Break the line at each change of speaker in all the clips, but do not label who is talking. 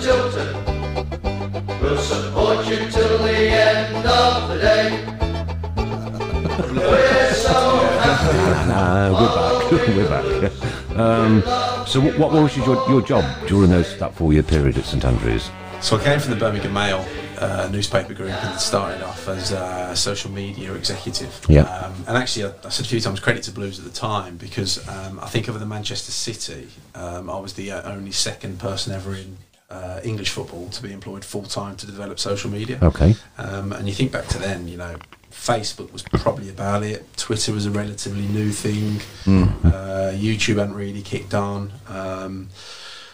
Tilton. We'll support you till the end of the day. We're so happy.
Uh, we're back. we're back. Um, so, what, what was your, your job during those, that four year period at St Andrews?
So I came from the Birmingham Mail uh, newspaper group and started off as a social media executive.
Yeah.
Um, and actually, I, I said a few times credit to Blues at the time because um, I think other than Manchester City, um, I was the uh, only second person ever in uh, English football to be employed full time to develop social media.
Okay.
Um, and you think back to then, you know, Facebook was probably about it. Twitter was a relatively new thing. Uh, YouTube hadn't really kicked on. Um,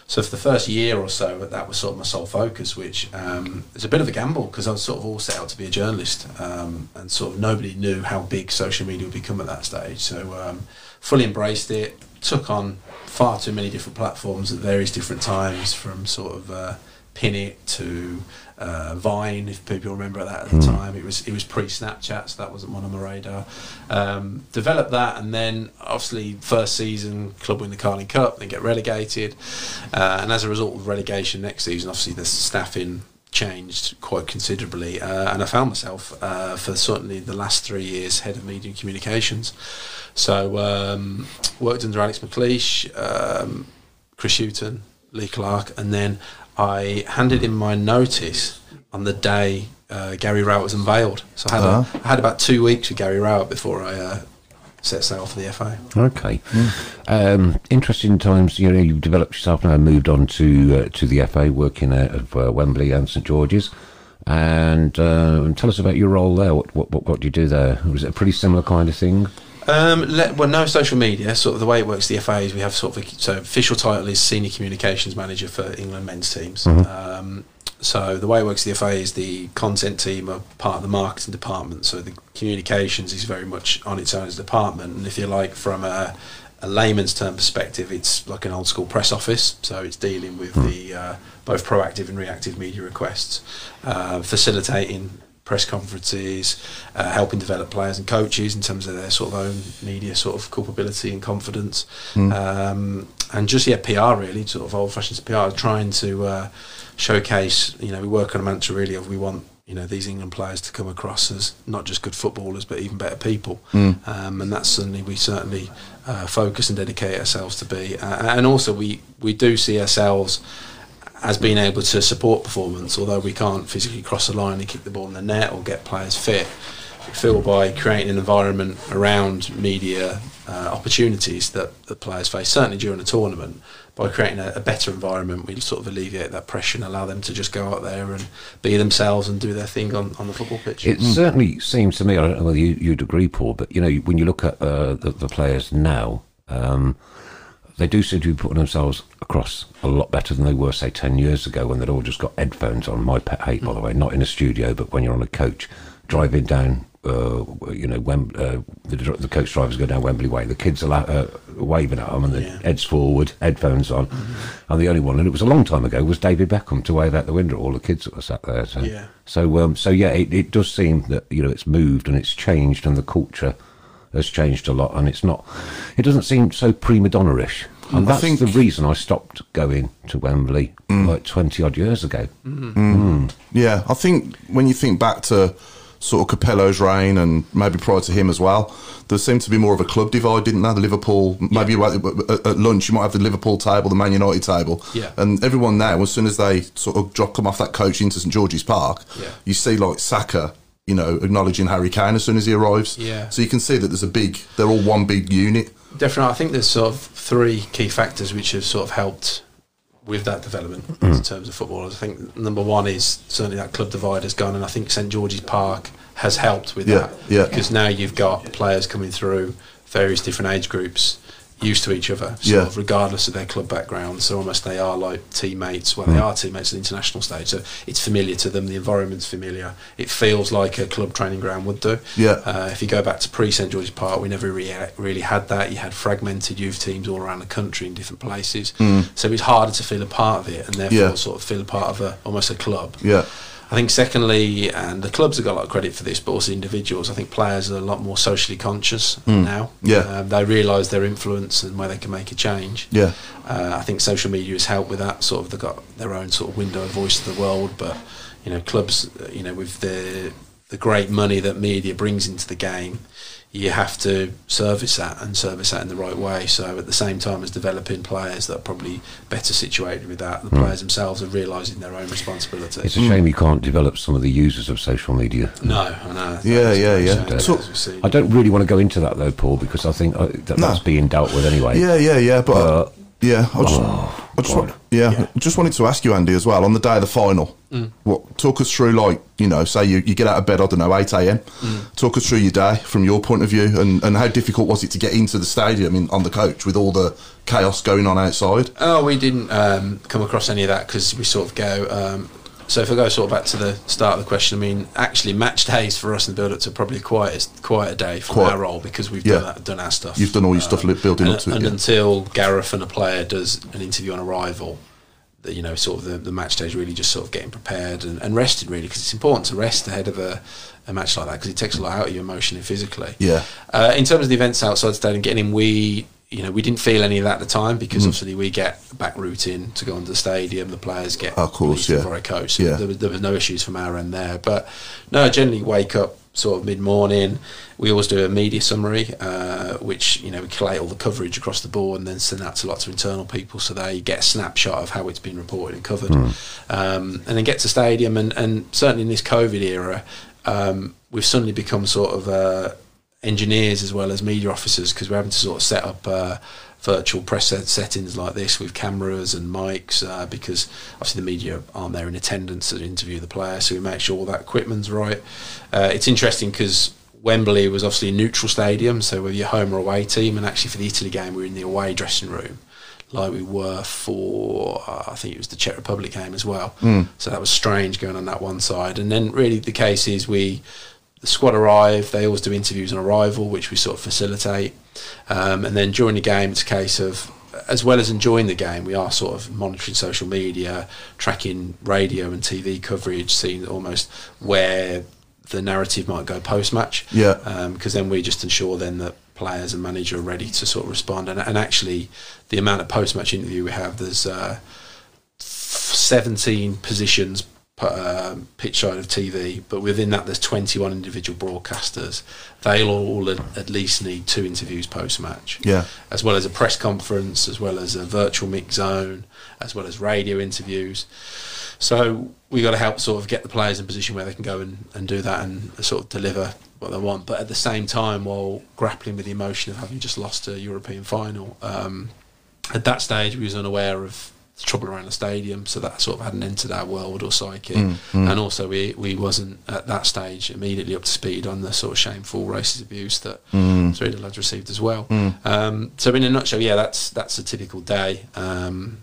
so for the first year or so, that was sort of my sole focus, which um, is a bit of a gamble because I was sort of all set out to be a journalist, um, and sort of nobody knew how big social media would become at that stage. So um, fully embraced it, took on far too many different platforms at various different times, from sort of uh, Pinnit to uh, Vine, if people remember that at the time. It was it was pre Snapchat, so that wasn't one on my radar. Um, developed that, and then obviously first season club win the Carling Cup, then get relegated, uh, and as a result of relegation next season, obviously the staffing changed quite considerably, uh, and I found myself uh, for certainly the last three years head of media and communications. So um, worked under Alex McLeish, um, Chris Hutton, Lee Clark, and then I handed in my notice on the day uh, Gary Rowett was unveiled. So I had, a, I had about two weeks with Gary Rowett before I uh, set sail for the FA.
Okay. Um, interesting times. You know, you've developed yourself now, moved on to uh, to the FA, working at, at uh, Wembley and St George's. And uh, tell us about your role there. What, what what what do you do there? Was it a pretty similar kind of thing?
Um, let, well, no social media. Sort of the way it works, the FA is we have sort of a, so official title is senior communications manager for England men's teams. Um, so the way it works, the FA is the content team are part of the marketing department. So the communications is very much on its own as a department. And if you like, from a, a layman's term perspective, it's like an old school press office. So it's dealing with the uh, both proactive and reactive media requests, uh, facilitating press conferences, uh, helping develop players and coaches in terms of their sort of own media sort of culpability and confidence, um, and just yeah PR really sort of old fashioned PR, trying to uh, showcase. You know, we work on a mantra really of we want. You know these England players to come across as not just good footballers, but even better people, um, and that's something we certainly uh, focus and dedicate ourselves to be. Uh, and also, we we do see ourselves as being able to support performance, although we can't physically cross the line and kick the ball in the net or get players fit. We feel by creating an environment around media uh, opportunities that the players face, certainly during a tournament, by creating a, a better environment, we sort of alleviate that pressure and allow them to just go out there and be themselves and do their thing on, on the football pitch.
It certainly seems to me. I don't know whether you, you'd agree, Paul, but you know, when you look at uh, the, the players now, um, they do seem to be putting themselves across a lot better than they were, say, ten years ago, when they'd all just got headphones on. My pet hate, by the way, not in a studio, but when you're on a coach driving down. Uh, you know, Wem- uh, the, dr- the coach drivers go down Wembley Way. The kids are la- uh, waving at them, and the
Yeah.
heads forward, headphones on. And the only one, and it was a long time ago, was David Beckham to wave out the window at all the kids that were sat there. So,
Yeah.
so, um, so yeah, it, it does seem that you know it's moved and it's changed, and the culture has changed a lot, and it's not, it doesn't seem so prima donna-ish. And
Mm. I
that's
think- Mm.
the reason I stopped going to Wembley like twenty odd years ago.
Yeah, I think when you think back to sort of Capello's reign and maybe prior to him as well, there seemed to be more of a club divide, didn't there? The Liverpool, maybe you at, at- at lunch you might have the Liverpool table, the Man United table,
Yeah.
and everyone now, as soon as they sort of drop come off that coach into St George's Park,
Yeah.
you see like Saka. You know, acknowledging Harry Kane as soon as he arrives.
Yeah.
So you can see that there's a big, they're all one big unit.
Definitely, I think there's sort of three key factors which have sort of helped with that development
Mm.
in terms of footballers. I think number one is certainly that club divide has gone, and I think St George's Park has helped with
Yeah,
that
yeah.
because now you've got players coming through various different age groups used to each other, sort
Yeah.
of regardless of their club background. So almost they are like teammates.
Mm.
Well, they are teammates at the international stage, so it's familiar to them. The environment's familiar. It feels like a club training ground would do.
Yeah.
Uh, if you go back to pre St George's Park, we never rea- really had that. You had fragmented youth teams all around the country in different places, so it was harder to feel a part of it, and therefore
Hmm. Yeah.
sort of feel a part of a almost a club.
Yeah.
I think secondly, and the clubs have got a lot of credit for this, but also individuals. I think players are a lot more socially conscious now.
Hmm. Yeah.
Um, they realise their influence and where they can make a change.
Yeah.
Uh, I think social media has helped with that. Sort of they've got their own sort of window of voice to the world, but you know, clubs, uh, you know, with the the great money that media brings into the game, you have to service that and service that in the right way. So at the same time as developing players that are probably better situated with that, the
Hmm.
players themselves are realising their own responsibility.
It's a
Mm.
shame you can't develop some of the users of social media.
no, I know.
Yeah,
That's
yeah,
a
yeah.
shame,
So-
as we've seen.
I don't really want to go into that though, Paul, because I think uh, that, that's being dealt with anyway.
Yeah, yeah, yeah. But
Uh,
yeah, I just, I just
God.
wa- yeah,
Yeah.
I just wanted to ask you, Andy, as well. On the day of the final, what talk us through? Like, you know, say you, you get out of bed, I don't know, eight a.m. Talk us through your day from your point of view, and, and how difficult was it to get into the stadium in, on the coach with all the chaos going on outside?
Oh, we didn't um, come across any of that because we sort of go. Um, so if I go sort of back to the start of the question, I mean, actually, match days for us in the build up to probably quiet quieter day for
Quiet.
our role because we've
Yeah.
done, that, done our stuff. Um,
You've done all your stuff li- building
and,
up to it,
and
yeah.
until Gareth and a player does an interview on arrival, the, you know, sort of the, the match day is really just sort of getting prepared and, and rested really because it's important to rest ahead of a, a match like that because it takes a lot out of you emotionally and physically.
Yeah.
Uh, in terms of the events outside the stadium, getting in, we you know we didn't feel any of that at the time because obviously we get back route in to go into the stadium. The players get
Of course,
released
yeah.
by a coach. So
Yeah.
there, was, there was no issues from our end there. But no, I generally wake up sort of mid morning. We always do a media summary, uh, which you know we collate all the coverage across the board and then send that to lots of internal people so they get a snapshot of how it's been reported and covered.
Hmm.
Um, and then get to stadium and, and certainly in this COVID era, um, we've suddenly become sort of uh, engineers as well as media officers because we're having to sort of set up uh, virtual press set- settings like this with cameras and mics uh, because obviously the media aren't there in attendance to interview the player, so we make sure all that equipment's right. Uh, it's interesting because. Wembley was obviously a neutral stadium, so whether you're home or away team, and actually for the Italy game, we were in the away dressing room, like we were for uh, I think it was the Czech Republic game as well. So that was strange going on that one side, and then really the case is we the squad arrive. They always do interviews on arrival, which we sort of facilitate. Um, and then during the game, it's a case of, as well as enjoying the game, we are sort of monitoring social media, tracking radio and TV coverage, seeing almost where the narrative might go Um, post match.
Yeah.
Because then we just ensure then that players and manager are ready to sort of respond. And, and actually, the amount of post match interview we have, there's. Uh, 17 positions per um, pitch side of TV, but within that, there's 21 individual broadcasters. They'll all at, at least need two interviews post match,
Yeah.
as well as a press conference, as well as a virtual mix zone, as well as radio interviews. So we got to help sort of get the players in position where they can go and, and do that and sort of deliver what they want. But at the same time, while grappling with the emotion of having just lost a European final, um, at that stage we was unaware of the trouble around the stadium, so that sort of hadn't entered our world or psyche. And also we we wasn't at that stage immediately up to speed on the sort of shameful racist abuse that Three Little Lads received as well. Um, so in a nutshell, yeah, that's that's a typical day. Um,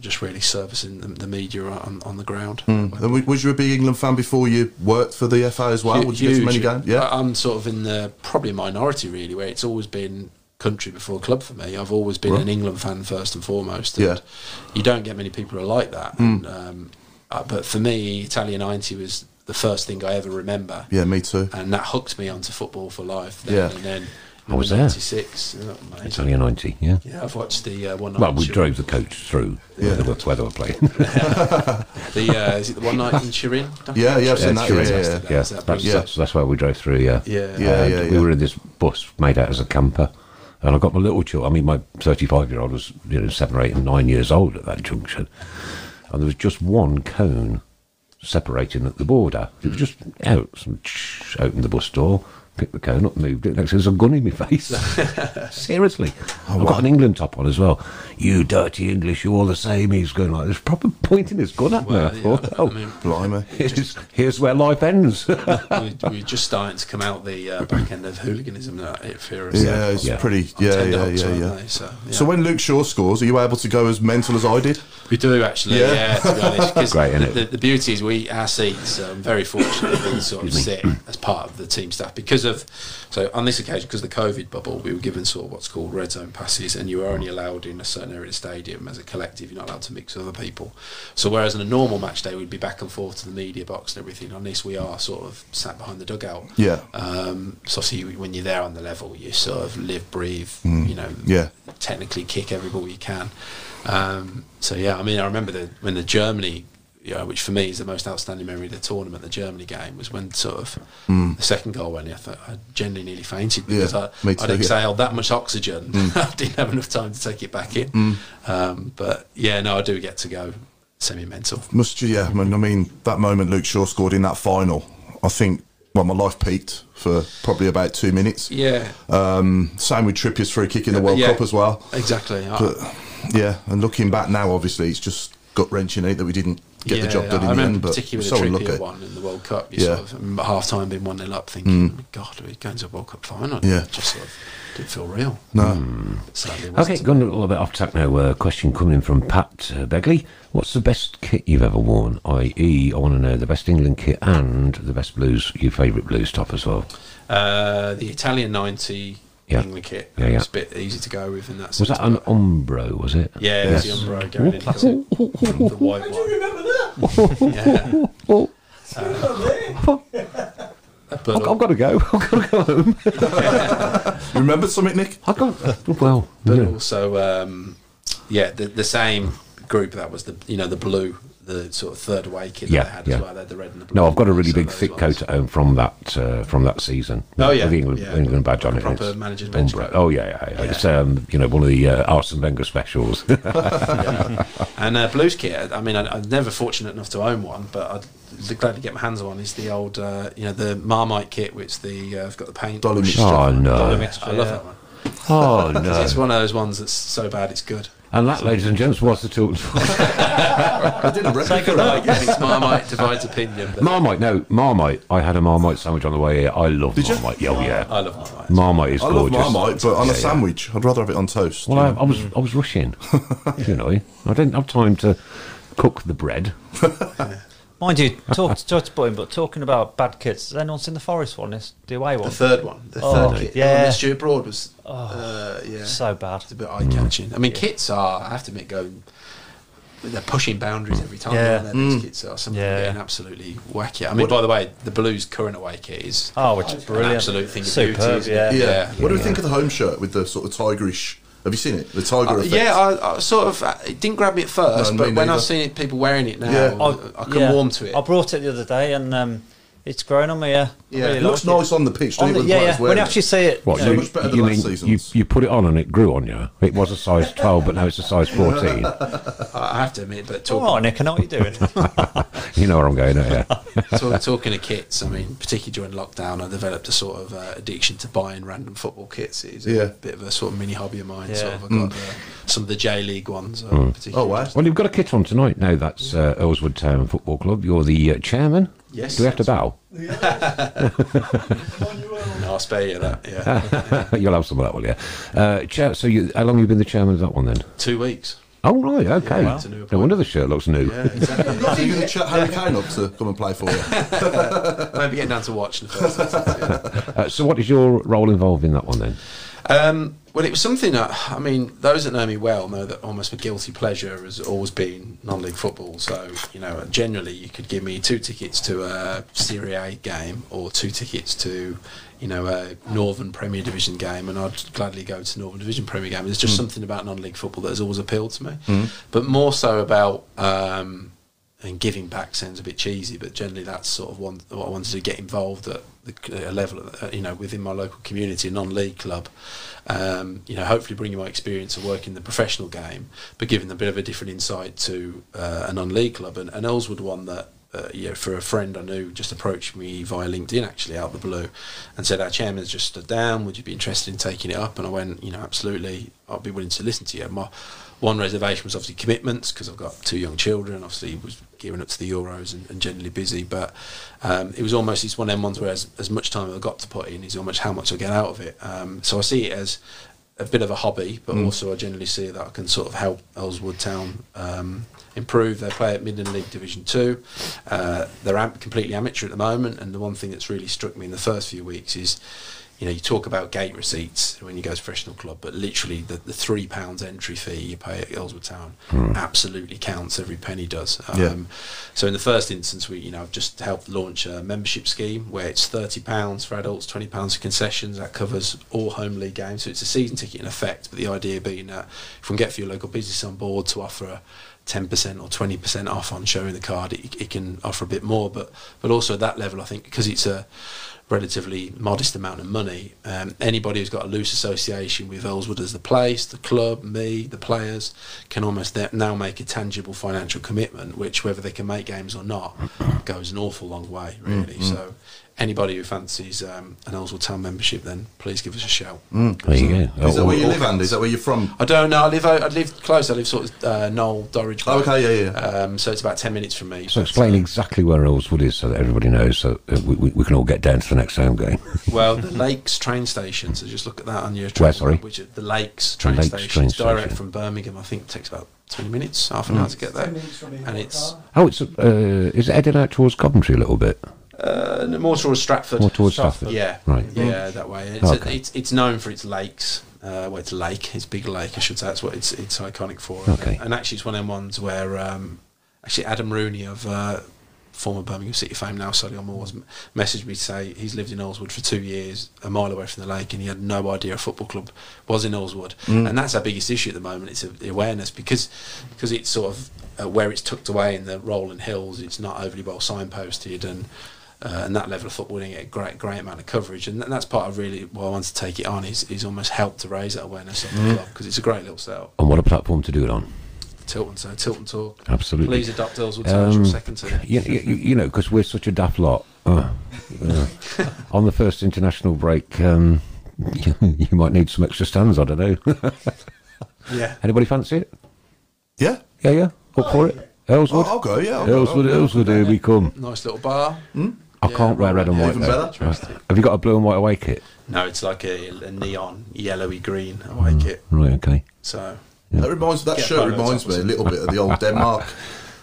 just really servicing the, the media on, on the ground.
And w- was you a big England fan before you worked for the FA as well?
Hu-
Would you get to many
huge. Uh,
games? Yeah,
I- I'm sort of in the probably minority really, where it's always been country before club for me. I've always been an England fan first and foremost. And
Yeah. Hmm.
you don't get many people who are like that. And, um, uh, but for me, Italia '90 was the first thing I ever remember,
yeah, me too.
and that hooked me onto football for life. Then,
Yeah.
and then
I was there.
'96. Yeah, amazing.
It's only a 90, yeah.
Yeah, I've watched the uh, one.
Well, we
Turin-
drove the coach through where, they were, where they were playing.
the uh, is it the one night in Turin?
Yeah, yeah, I've seen
Yeah,
that. Yeah, yeah,
Turin's
yeah.
fantastic.
yeah,
That's that
that's,
big-
that's, that's where we drove through. Yeah,
Yeah.
Yeah,
And
yeah,
We
yeah.
were in this bus made out as a camper, and I got my little child. I mean, my thirty-five-year-old was you know seven or eight and nine years old at that junction, and there was just one cone separating at the border. It was just out. Some ch- opened the bus door, picked the cone up, moved it. Next, thing, there's a gun in my face. Seriously,
Oh,
I've got an England top on as well. You dirty English, you all the same. He's going like this, proper pointing his gun at me.
Well,
I
yeah,
thought, oh,
I mean,
Blimey.
here's, here's where life ends.
we, we're just starting to come out the uh, back end of hooliganism uh, that it fears.
Yeah, it's
Yeah.
pretty. Yeah, yeah, yeah, yeah.
So, yeah.
So when Luke Shaw scores, are you able to go as mental as I did?
we do actually,
Yeah.
yeah. to be honest, 'cause
Great,
the,
innit?
um, the, the beauty is we our seats. I'm very fortunate we sort of sit as part of the team staff because of, so on this occasion, because of the COVID bubble, we were given sort of what's called red zone passes, and you are only allowed in a certain area of the stadium as a collective. You're not allowed to mix with other people. So whereas on a normal match day, we'd be back and forth to the media box and everything. On this, we are sort of sat behind the dugout.
Yeah.
Um, so obviously, when you're there on the level, you sort of live, breathe. You know.
Mm. Yeah.
Technically, kick every ball you can. Um, so yeah, I mean, I remember the, when the Germany you know, which for me is the most outstanding memory of the tournament, the Germany game, was when sort of the second goal went in. I thought I generally nearly fainted because
Mm. Yeah,
I,
me
I'd
too, yeah. Mm.
exhaled that much oxygen. I didn't have enough time to take it back in. Um, but yeah, no, I do get to go semi mental.
Must you? Yeah, I mean, I mean, that moment Luke Shaw scored in that final, I think, well, my life peaked for probably about two minutes.
Yeah,
Um, same with Trippier's free kick in the World
yeah.
Cup as well.
exactly. I-
But yeah, and looking back now, obviously, it's just gut wrenching eh, that we didn't get the job done
I
in the
remember
end. But
particularly
so
the
unlucky.
Trippier one in the World Cup. You
Yeah. Hmm.
sort of, I remember half time being one 0 up, thinking, "Oh "God, we're going to a World Cup final."
Yeah.
It just sort of didn't feel real.
No.
Hmm. Sadly, it
Okay,
wasn't.
going a little bit off track now. Uh, question coming in from Pat uh, Begley. What's the best kit you've ever worn? I.e., I want to know the best England kit and the best blues, your favourite blues top as well.
Uh, the Italian 90
Yeah.
England kit.
Yeah, yeah.
It's a bit easy to go with in that
Was
sense.
that an Umbro, was it?
yeah, it was the Umbro going in. 'cause it- the white one.
Remember that?
Yeah. But
I've, I've got to go. I've got to go home.
You remember something, Nick?
I've got, well,
but
yeah.
also um, yeah the, the same group that was the you know the blue the sort of third away kit
Yeah,
that they had
yeah.
as well they had the red and the blue
No, I've got a really
So
big
those
thick
ones.
coat at home from that uh, from that season.
Oh,
With
yeah,
the England,
yeah.
England badge on it.
Proper
It's
manager's
Umbro.
bench coat.
Oh yeah, yeah, yeah. It's um, you know one of the uh, Arsene Wenger specials.
and uh, blues kit I mean I, I'm never fortunate enough to own one but I'd be glad to get my hands on one is the old uh, you know the Marmite kit which the uh, I've got the paint
Dolly mixture.
oh
Dolly
no!
mixture, I love that one
Oh no!
it's one of those ones that's so bad it's good
And that, ladies and gents, was the Tilton.
I didn't
Take
remember.
a
But
ride.
again it's Marmite divides opinion but
Marmite, no, Marmite. I had a Marmite sandwich on the way here. I love
you?
Marmite. Oh yeah,
I love Marmite
Marmite is
I love
gorgeous.
Marmite, but on
Yeah,
a
yeah.
sandwich, I'd rather have it on toast.
Well, I, I was I was rushing. you know, I didn't have time to cook the bread.
Mind you, talk, talk to Boyne, but talking about bad kids, has anyone seen the Forest one? It's the away one.
the third one the
Oh,
third kit
yeah. Oh,
yeah Stuart Broad was uh, yeah
So bad.
It's a bit eye catching. I mean, kits are. I have to admit, going they're pushing boundaries every time.
Yeah. Mm.
Yeah, they? these kits are. Some of them
Yeah.
are getting absolutely wacky. I mean, by the way, the Blues' current away kit is
Oh, which is brilliant.
an absolute thing of
Superb,
beauty. isn't it?
yeah.
yeah.
yeah.
What do we think of the home shirt with the sort of tigerish? Have you seen it? The tiger
Uh,
effect.
yeah, I, I sort of uh, it didn't grab me at first,
No,
but
me
when I've
neither.
seen it, people wearing it now,
Yeah.
I, I can
Oh, yeah.
warm to it.
I brought it the other day and um, it's grown on me, yeah.
Yeah.
Really
It looks
like
nice on the pitch.
On
doesn't
the,
it, when players
yeah, yeah. When
wear
you
it?
actually see it,
What
So
you know,
you,
much better
you
than last
mean you,
season's.
you put it on and it grew on you? It was a size twelve, but now it's a size fourteen.
I I have to admit, but
all
talking
right, Nick, I know what you're doing.
you know where I'm going, don't you?
so talking of kits, I mean, particularly during lockdown, I developed a sort of uh, addiction to buying random football kits. It's a
Yeah.
bit of a sort of mini hobby of mine. Sort
Yeah.
of, I got uh, some of the J League ones. Uh,
Oh,
particularly
wow.
Well, you've got a kit on tonight. No, that's uh, Earlswood Town Football Club. You're the uh, chairman.
Yes.
Do we have to bow?
No, I'll spare you that. Yeah,
You'll have some of that one, yeah. Uh, chair, so, you, how long have you been the chairman of that one then?
two weeks.
Oh, right, okay.
wow. It's a new
no wonder the shirt looks new.
Yeah, exactly.
So you're going to chat Harry Kane up to come and play for you.
Maybe getting down to watch in the first. instance, yeah.
Uh, so, what is your role involved in that one then?
Um, well, it was something that I mean, those that know me well know that almost my guilty pleasure has always been non-league football. So you know, generally you could give me two tickets to a Serie A game or two tickets to you know a Northern Premier Division game, and I'd gladly go to Northern Division Premier game. There's just something about non-league football that has always appealed to me, but more so about. Um, and giving back sounds a bit cheesy, but generally that's sort of one what I wanted to get involved at the a level, uh, you know, within my local community, a non-league club. Um, you know, hopefully bringing my experience of working the professional game, but giving a bit of a different insight to uh, a non-league club. And, and Ellswood one that, uh, you know, for a friend I knew just approached me via LinkedIn actually out of the blue, and said our chairman's just stood down. Would you be interested in taking it up? And I went, you know, absolutely, I'll be willing to listen to you. My one reservation was obviously commitments because I've got two young children. Obviously, was gearing up to the Euros and, and generally busy, but um, it was almost it's one of them ones where as, as much time as I got to put in is almost how much I get out of it. Um, so I see it as a bit of a hobby, but also I generally see that I can sort of help Ellswood Town um, improve. They play at Midland League Division Two. Uh, they're am- completely amateur at the moment, and the one thing that's really struck me in the first few weeks is. You know, you talk about gate receipts when you go to professional club, but literally the, the three pounds entry fee you pay at Ellswood Town absolutely counts. Every penny does. Um,
Yeah.
So in the first instance, we you know I've just helped launch a membership scheme where it's thirty pounds for adults, twenty pounds for concessions. That covers all home league games, so it's a season ticket in effect. But the idea being that if we can get for your local business on board to offer a ten percent or twenty percent off on showing the card, it, it can offer a bit more. But but also at that level, I think because it's a relatively modest amount of money. Um, anybody who's got a loose association with Ellswood as the place, the club, me, the players, can almost th- now make a tangible financial commitment, which whether they can make games or not, goes an awful long way,
Mm,
really. So anybody who fancies um, an Ellswood Town membership, then please give us a shout.
There you go.
Is that
Oh,
where you
oh,
live, Andy? Is that where you're from?
I don't know. I live. I live close. I live sort of uh, Knoll, Dorridge.
Oh, okay, yeah, yeah.
Um, so it's about ten minutes from me.
So
but,
explain
uh,
exactly where Ellswood is so that everybody knows so uh, we, we, we can all get down to the next home game.
Well, the Lakes train station. So just look at that on your travel
Where, sorry?
map, Which is the Lakes train
Lakes
station.
train
it's direct
station. Hmm.
from Birmingham. I think it takes about twenty minutes, half an hour to get there. And it's
oh, it's uh, is it heading out towards Coventry a little bit?
uh, no, more towards Stratford.
More towards
Stratford.
Stafford?
yeah,
Right.
yeah, that way. And It's,
Okay.
it's it's known for its lakes. Uh, well, it's a lake. It's a big lake. I should say that's what it's it's iconic for.
Okay.
And, actually, it's one of them ones where um, actually Adam Rooney of uh, former Birmingham City fame, now Sully on Moors, m- messaged me to say he's lived in Oldswood for two years, a mile away from the lake, and he had no idea a football club was in Oldswood. And that's our biggest issue at the moment. It's a, awareness because because it's sort of uh, where it's tucked away in the rolling hills. It's not overly well signposted and. Uh, and that level of football didn't get a great, great amount of coverage, and, th- that's part of really why I wanted to take it on. Is, is almost help to raise that awareness of the club because it's a great little setup.
And what a platform to do it on.
Tilton, so Tilton talk.
Absolutely.
Please adopt Ellswood Town as your
Um,
second team.
you, you, you know, because we're such a daft lot. Uh, uh, on the first international break, um, you, might need some extra stands. I don't know.
Yeah.
Anybody fancy it?
Yeah.
Yeah, yeah. Up for it? Ellswood.
Oh, I'll go, yeah, I'll go,
Ellswood,
I'll go.
Ellswood, here we come.
Nice little bar.
I
Yeah,
can't wear red and
yeah,
white.
even
though.
better.
Right. Have you got a blue and white away kit?
No, it's like a, a neon yellowy green away
Mm.
kit.
Right. Okay.
So
That reminds that
Get
shirt
photos
reminds
up
me
or
a little bit of the old Denmark.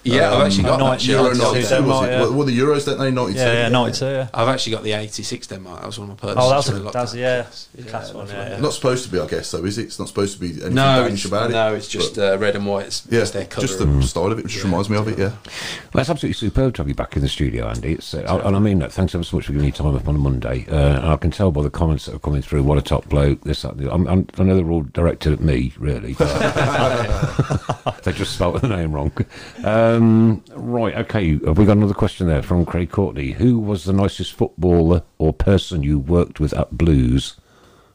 yeah, I've actually got
Night
that
Euro
Euro
shirt.
Denmark,
92
yeah.
was it?
Yeah.
Well, the Euros, don't they? 92.
Yeah, yeah, 92, yeah.
I've actually got the '86 Denmark. That was one of my purchases.
Oh, that's a,
during lockdown.
that's, yeah, class one,
lovely.
yeah, yeah.
Not supposed to be, I guess, though, is it? It's not supposed to be anything
No, it's,
Danish about it.
no, it's just
But,
uh, red and white. It's
yeah,
just their colour.
just the style of it, which just reminds me of it. Yeah,
Well, it's absolutely superb to have you back in the studio, Andy. It's, uh, and I mean that. Thanks ever so much for giving me time up on a Monday. Uh, and I can tell by the comments that are coming through what a top bloke. This, that, and the other. I'm, I'm, I know they're all directed at me, really. but- they just spelt the name wrong. Um, right. Okay. Have we got another question there from Craig Courtney? Who was the nicest footballer or person you worked with at Blues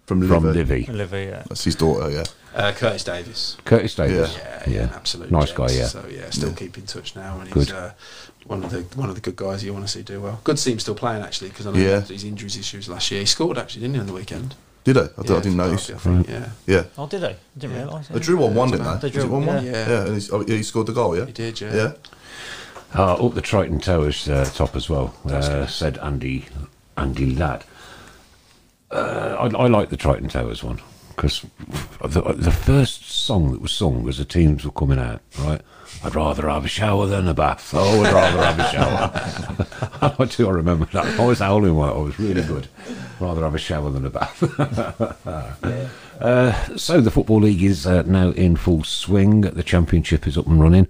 from
from
Livy.
Livy?
Olivia, yeah.
That's his daughter. Yeah,
uh, Curtis Davis.
Curtis Davis.
Yeah, yeah, absolutely.
Nice guy. Yeah.
So yeah, still keep in touch now, and
Good.
he's uh, one of the one of the good guys you want to see do well. Good to see him still playing actually because I know
Yeah.
his injuries issues last year. He scored actually, didn't he, on the weekend?
did I? I, d- I
Yeah,
didn't
for
notice.
Derby, I think, Yeah.
Yeah,
Oh, did they? Didn't realise.
they drew one one,
Yeah,
didn't they? Was
they
it
drew-
one one.
yeah.
Yeah, and he's, oh, he scored the goal. Yeah,
He did, yeah.
yeah.
Uh, up the Triton Towers uh, top as well, uh, said Andy Andy Ladd. Uh, I, I like the Triton Towers one because the, the first song that was sung as the teams were coming out, right? I'd rather have a shower than a bath. Oh, I'd rather have a shower. I do, I remember that. I was howling while I was really good. Rather have a shower than a bath. So the Football League is uh, now in full swing. The Championship is up and running.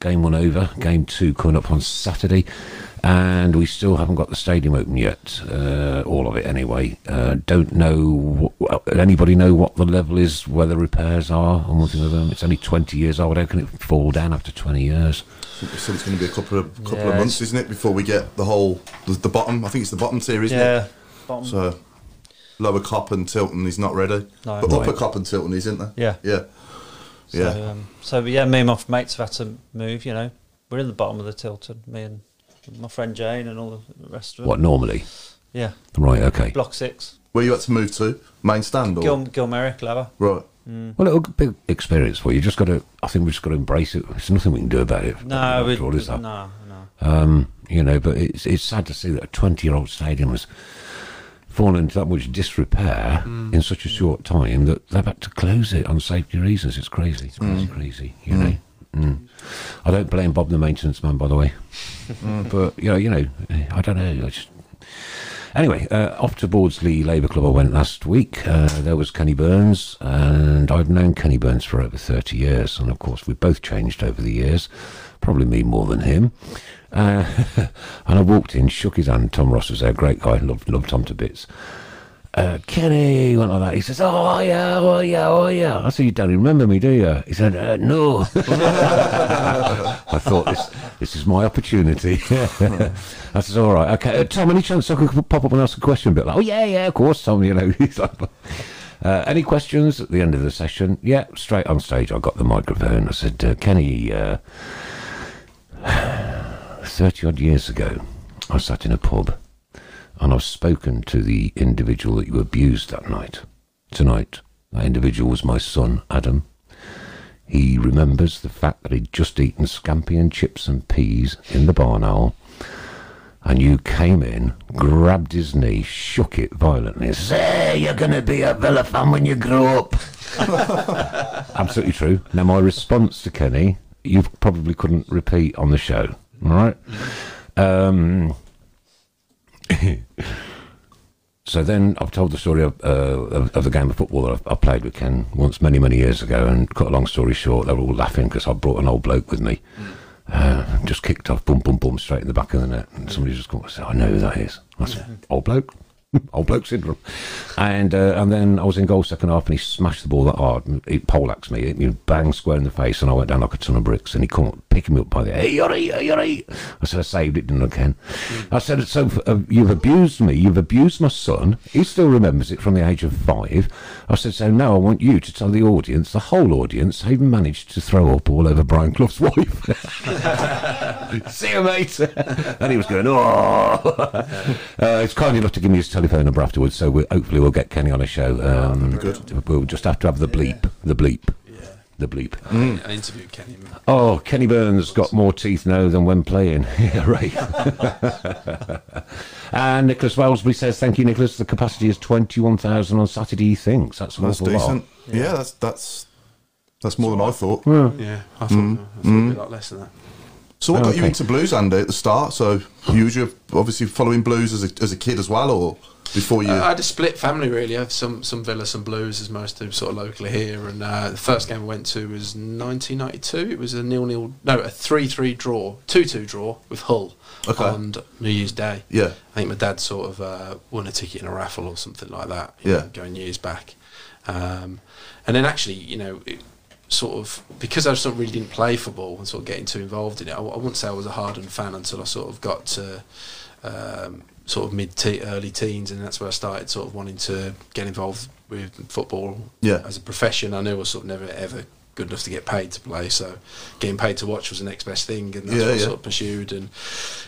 Game one over. Game two coming up on Saturday. And we still haven't got the stadium open yet. Uh, all of it, anyway. Uh, don't know. What, anybody know what the level is, where the repairs are, and one thing or another? It's only 20 years old. How can it fall down after 20 years?
So it's going to be a couple of couple of
Yeah,
months,
it's-
isn't it, before we get the whole the, the bottom? I think it's the bottom tier, isn't it?
Yeah. Bottom.
So lower Cop and Tilton is not ready,
No.
but upper
Right.
Cop and Tilton is, isn't there?
Yeah.
yeah, yeah.
So, um, so but yeah, me and my mates have had to move. You know, we're in the bottom of the Tilton. Me and my friend Jane and all the rest of them.
What, normally?
Yeah,
Right, okay.
block six, Gil
Where you had to move to main stand or
Gilmerick, Glover.
right?
Well, it'll be a big experience for you. Just got to. I think we've just got to embrace it. There's nothing we can do about it.
No,
After
we,
all, is there?
no, no.
Um, you know, but it's it's sad to see that a twenty-year-old stadium has fallen into that much disrepair in such a short time that they've had to close it on safety reasons. It's crazy, it's crazy, crazy. You know. Mm. I don't blame Bob the maintenance man, by the way. but you know, you know, I don't know. I just Anyway, uh, off to Bordsley Labour Club I went last week. Uh, there was Kenny Burns, and I've known Kenny Burns for over 30 years. And of course, we've both changed over the years, probably me more than him. Uh, and I walked in, shook his hand. Tom Ross was there, great guy, loved, loved Tom to bits. Uh, Kenny went like that. He says, "Oh yeah, oh yeah, oh yeah." I said, "You don't remember me, do you?" He said, uh, "No." I thought this this is my opportunity. I says, "All right, okay, uh, Tom. Any chance I could pop up and ask a question?" A bit like, "Oh yeah, yeah, of course, Tom." You know, he's like, uh, "Any questions at the end of the session?" Yeah, straight on stage. I got the microphone. I said, uh, "Kenny, uh, thirty odd years ago, I sat in a pub." and I've spoken to the individual that you abused that night. Tonight, that individual was my son, Adam. He remembers the fact that he'd just eaten scampi and chips and peas in the barn owl, and you came in, grabbed his knee, shook it violently, and said, "Hey, you're going to be a Villa fan when you grow up. Absolutely true. Now, my response to Kenny, you probably couldn't repeat on the show, all right? Um, so then I've told the story of, uh, of, of the game of football that I've, I played with Ken once many, many years ago. And cut a long story short, they were all laughing because I brought an old bloke with me. Uh, just kicked off, boom, boom, boom, straight in the back of the net. And somebody just called and said, I know who that is. I said, old bloke. old bloke syndrome. And uh, and then I was in goal second half and he smashed the ball that hard. and He poleaxed me. He bang square in the face and I went down like a ton of bricks and he come up, picking me up by the Hey, you're right, you're right. I said, I saved it, didn't I, Ken? I said, so uh, you've abused me. You've abused my son. He still remembers it from the age of five. I said, so now I want you to tell the audience, the whole audience, how you managed to throw up all over Brian Clough's wife. See you, mate. and he was going, oh. uh, he's kind enough to give me his telephone number afterwards, so we hopefully we'll get Kenny on a show. Um, good. We'll just have to have the bleep, the bleep,
Yeah.
the bleep.
I interviewed Kenny.
Oh, Kenny Burns got more teeth now than when playing. yeah, right. and Nicholas Wellesby says, thank you, Nicholas. The capacity is 21,000 on Saturday, he thinks. That's an
That's
awful lot.
decent. Yeah. that's that's that's more than I thought.
Yeah, I thought, I thought it'd be a lot less than that.
So what got you
Okay.
into blues, Andy, at the start? So you were ju- obviously following blues as a, as a kid as well, or before you?
Uh, I I had a split family really. I had some some Villa, some Blues, as most do sort of locally here. And uh, the first game I went to was 1992. It was a nil nil, no, a three three draw, two two draw with Hull
Okay.
on New Year's Day.
Yeah.
I think my dad sort of uh, won a ticket in a raffle or something like that. you
Yeah.
know, going years back. Um, and then actually, you know, it sort of because I sort of really didn't play football and sort of getting too involved in it. I, w- I wouldn't say I was a hardened fan until I sort of got to um, sort of mid te- early teens, and that's where I started sort of wanting to get involved with football
Yeah.
as a profession. I knew I was sort of never ever good enough to get paid to play, so getting paid to watch was the next best thing, and that's
Yeah,
what I
yeah.
sort of pursued. And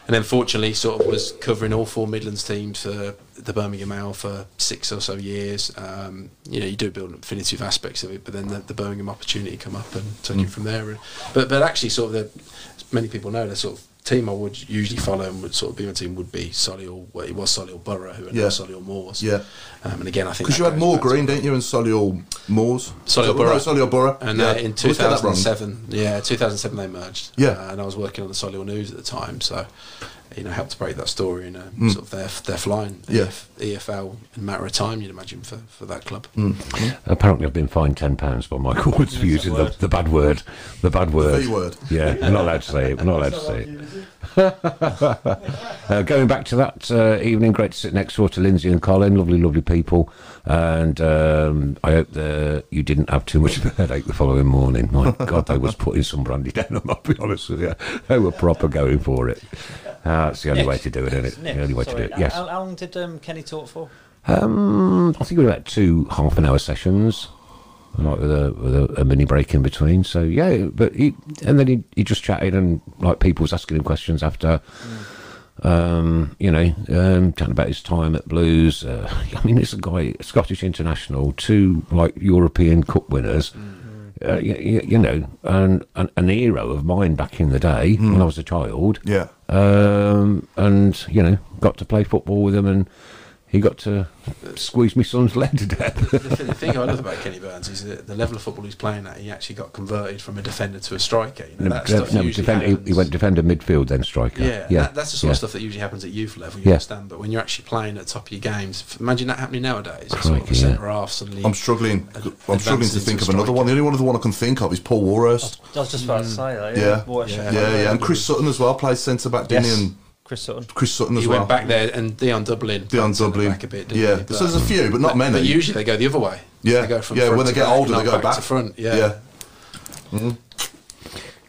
and then fortunately, sort of was covering all four Midlands teams for the Birmingham Mail for six or so years. Um, you know, you do build definitive aspects of it, but then the, the Birmingham opportunity come up and took
Mm.
it from there. And, but but actually, sort of the as many people know the sort of team I would usually follow and would sort of be my team would be Solihull. Well, it was Solihull Borough who are now
Yeah.
Solihull Moors.
Yeah.
Um, and again, I think that
Because you had
goes
more
back to-
green, didn't you, and Solihull Moors?
Solihull
No,
Borough.
Solihull Borough.
And
yeah.
uh, in
I always get that wrong.
2007, yeah, 2007 they merged.
Yeah.
Uh, and I was working on the Solihull News at the time, so you know helped to break that story. And uh,
Hmm.
sort of they're they're flying. E
Yeah.
EFL in a matter of time, you'd imagine for, for that club.
Hmm. Apparently, I've been fined ten pounds by Michael Woods for using the, the bad word, the bad word,
V word.
Yeah, we're not allowed to say it. We're not allowed to say it. uh, going back to that uh, evening, great to sit next door to Lindsay and Colin, lovely, lovely people, and um, I hope that you didn't have too much of a headache the following morning. My God, they was putting some brandy down. I'll be honest with you, they were proper going for it. Uh, that's the only
Nick.
way to do it, isn't it?
Nick,
the only way
sorry,
to do it. Yes.
How, how long did um, Kenny talk for?
Um, I think we're about two half an hour sessions, like with a, with a, a mini break in between. So yeah, but he and then he, he just chatted and like people was asking him questions after. Um, you know, um, chatting about his time at Blues. Uh, I mean, it's a guy, a Scottish international, two like European Cup winners. Uh, you, you know, and, and an hero of mine back in the day when I was a child
Yeah.
um, and you know got to play football with him and He got to squeeze my son's leg to death.
the, thi- the thing I love about Kenny Burns is that the level of football he's playing at, he actually got converted from a defender to a striker. You know, that stuff
Mm, No,
usually
defend- he, he
happens.
went defender, midfield, then striker.
Yeah,
Yeah,
That, that's the sort
yeah.
of stuff that usually happens at youth level. You
Yeah.
understand, but when you're actually playing at the top of your games, f- imagine that happening nowadays. sort of
Crikey,
a
yeah.
centre half suddenly.
I'm struggling.
ad-
I'm struggling
advances into
to think
a
of another
striker.
one. The only one other one I can think of is Paul Warhurst.
Oh,
I was just about to say that.
Mm. Yeah.
Yeah. Watershed.
Yeah, yeah, and Chris Sutton as well plays centre back, didn't
Yes.
he? And
Chris Sutton.
Chris Sutton as
He
well.
went back there, and Dion Dublin.
Dion
backed him
Dublin.
back a bit. Didn't
yeah,
he?
so there's a few, but not many.
But usually they go the other way.
Yeah.
they go from
Yeah,
front
when they
to
get
back,
older, they
not
go
to
back.
front. Yeah.
yeah,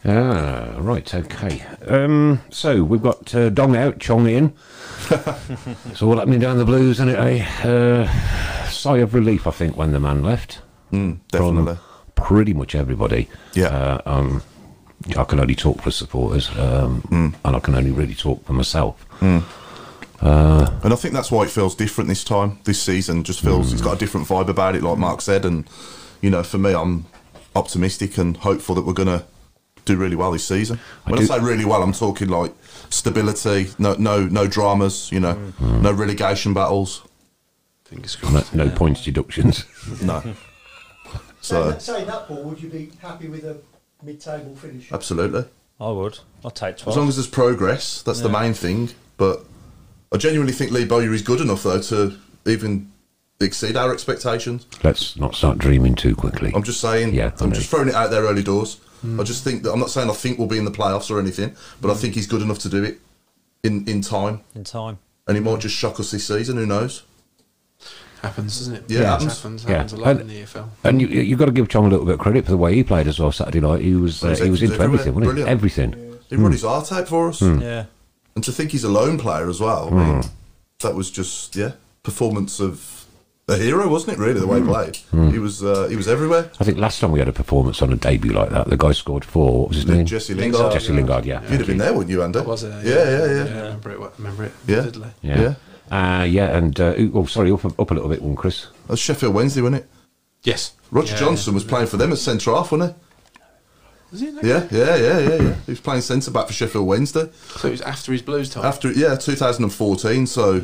Ah, right, okay. Um, so we've got uh, Dong out, Chong in. it's all happening down the blues, and a uh, sigh of relief, I think, when the man left.
Mm, definitely.
Pretty much everybody.
Yeah.
Uh, um, I can only talk for supporters, um,
Hmm.
and I can only really talk for myself.
And I think that's why it feels different this time, this season. Just feels it's got a different vibe about it, like Mark said. And you know, for me, I'm optimistic and hopeful that we're gonna do really well this season. when
do-
I say really well, I'm talking like stability, no, no, no dramas. You know, no relegation battles.
Fingers crossed.
No, no points deductions.
No,
Saying
So-
that, saying that, Paul, would you be happy with a mid-table finish?
absolutely.
I would. I'll take
As
12.
long as there's progress, that's the
Yeah.
main thing. But I genuinely think Lee Bowyer is good enough though to even exceed our expectations.
Let's not start dreaming too quickly.
I'm just saying.
Yeah, I
I'm
know.
just throwing it out there early doors. I just think that I'm not saying I think we'll be in the playoffs or anything, but I think he's good enough to do it in in time,
in time.
and he might just shock us this season. Who knows?
Happens, doesn't it?
Yeah, it happens.
happens.
Yeah.
Happens a lot
And-
in the E EFL.
And you, you- you've got to give Chong a little bit of credit for the way he played as well Saturday night. He was uh,
He's
he was into
everywhere.
everything, wasn't he?
Brilliant.
Everything.
He run his heart out for us,
Mm.
Yeah.
and to think he's a lone player as well. I mean, that was just yeah, performance of a hero, wasn't it? Really, the way he played. He was uh, he was everywhere.
I think last time we had a performance on a debut like that, the guy scored four. What was his name?
Jesse Lingard.
Jesse Lingard, yeah.
You'd have been there, wouldn't you, Andy?
That was a,
yeah, yeah, yeah.
I remember it. I remember it.
Yeah.
vividly.
Yeah. Yeah, uh, yeah and uh, ooh, oh, sorry, up, up a little bit, one, Chris.
That was Sheffield Wednesday, wasn't it?
Yes.
Roger
Yeah.
Johnson was playing for them at centre half, wasn't he?
Was he? in that?
Yeah, yeah, yeah, yeah, yeah. He was playing centre back for Sheffield Wednesday
So it was after his Blues time.
after yeah, 2014. So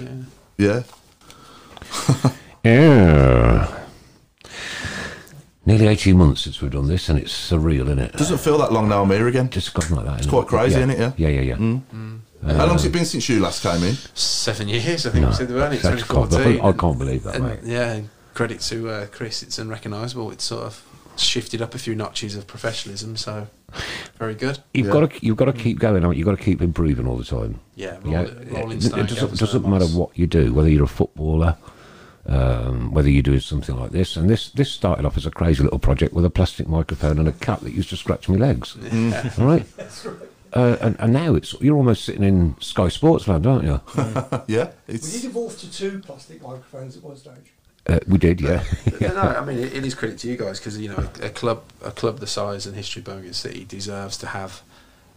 yeah,
Yeah. Nearly 18 months since we've done this, and it's surreal, isn't it?
doesn't feel that long now. I'm here again.
Just gone like that. It's
quite crazy,
yeah.
isn't it? Yeah.
Yeah, yeah, yeah.
How long's it been since you last came in?
seven years, I think
No,
we said, weren't it?
I just can't-
2014.
I can't believe that,
And,
mate.
Yeah, and credit to uh, Chris, it's unrecognisable. It's sort of shifted up a few notches of professionalism, so very good.
You've
Yeah.
got to you've got to keep going. haven't you? You've got to keep improving all the time.
Yeah, roll,
Yeah,
rolling
it,
stone.
it doesn't,
Gavin
doesn't
Stone
matter
was.
what you do, whether you're a footballer, um, whether you do something like this. And this this started off as a crazy little project with a plastic microphone and a cap that used to scratch my legs. All right. Uh, and, and now it's you're almost sitting in Sky Sports land, aren't you?
yeah,
We did
it's
evolve to two plastic microphones at one stage.
Uh, we did, yeah.
Yeah, no, I mean it, it is credit to you guys because you know a, a club, a club the size and history of Birmingham City deserves to have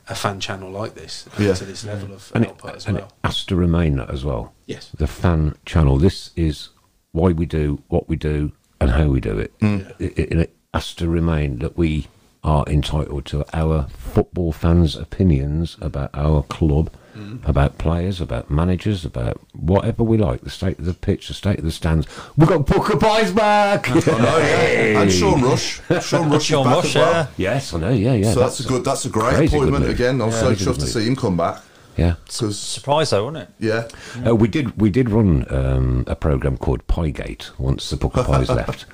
a fan channel like this and
Yeah.
to this level of
and
output as
it, and it
well.
has to remain that as well.
Yes.
the fan channel. This is why we do what we do and how we do it.
Mm.
It, it, it has to remain that we are entitled to our football fans' opinions about our club,
Mm.
about players, about managers, about whatever we like, the state of the pitch, the state of the stands. We've got Booker Prize back!
oh yeah, and Sean Rush, Sean Rush is
Sean
back
Rush,
as well.
yeah.
Yes, I know, yeah, yeah.
So that's, a good, that's a great
crazy good
appointment
move.
again. I'm
Yeah,
so
it is a
chuffed to
good
see him come back
Yeah.
because
Surprise though, wasn't it?
yeah,
Uh, we did we did run um, a program called Piegate once the Book of Pies left,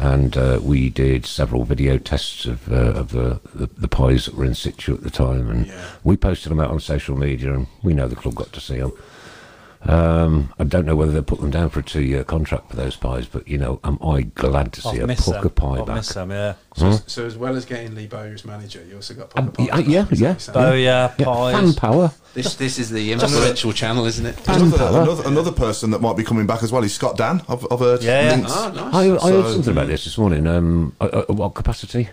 and uh, we did several video tests of uh, of the, the the pies that were in situ at the time, and
Yeah.
we posted them out on social media, and we know the club got to see them. Um, I don't know whether they put them down for a two year contract for those pies, but you know, am I glad to see
I've
a
missed them.
uh,
pucker pie
I've
back?
missed them, yeah.
So, so as well as getting Lee Bowyer as manager, you also got
Um,
Papa Pons
yeah,
back,
Mm-hmm. yeah,
is
yeah.
what you're saying?
Oh yeah,
Yeah, fan
pies.
power.
This this is the influential channel, isn't it?
another,
power.
another, another person that might be coming back as well is Scott Dan. I've, I've heard
Yeah.
links
Oh, nice.
I, I heard
So-
something about this this morning. Um, uh, uh, what capacity?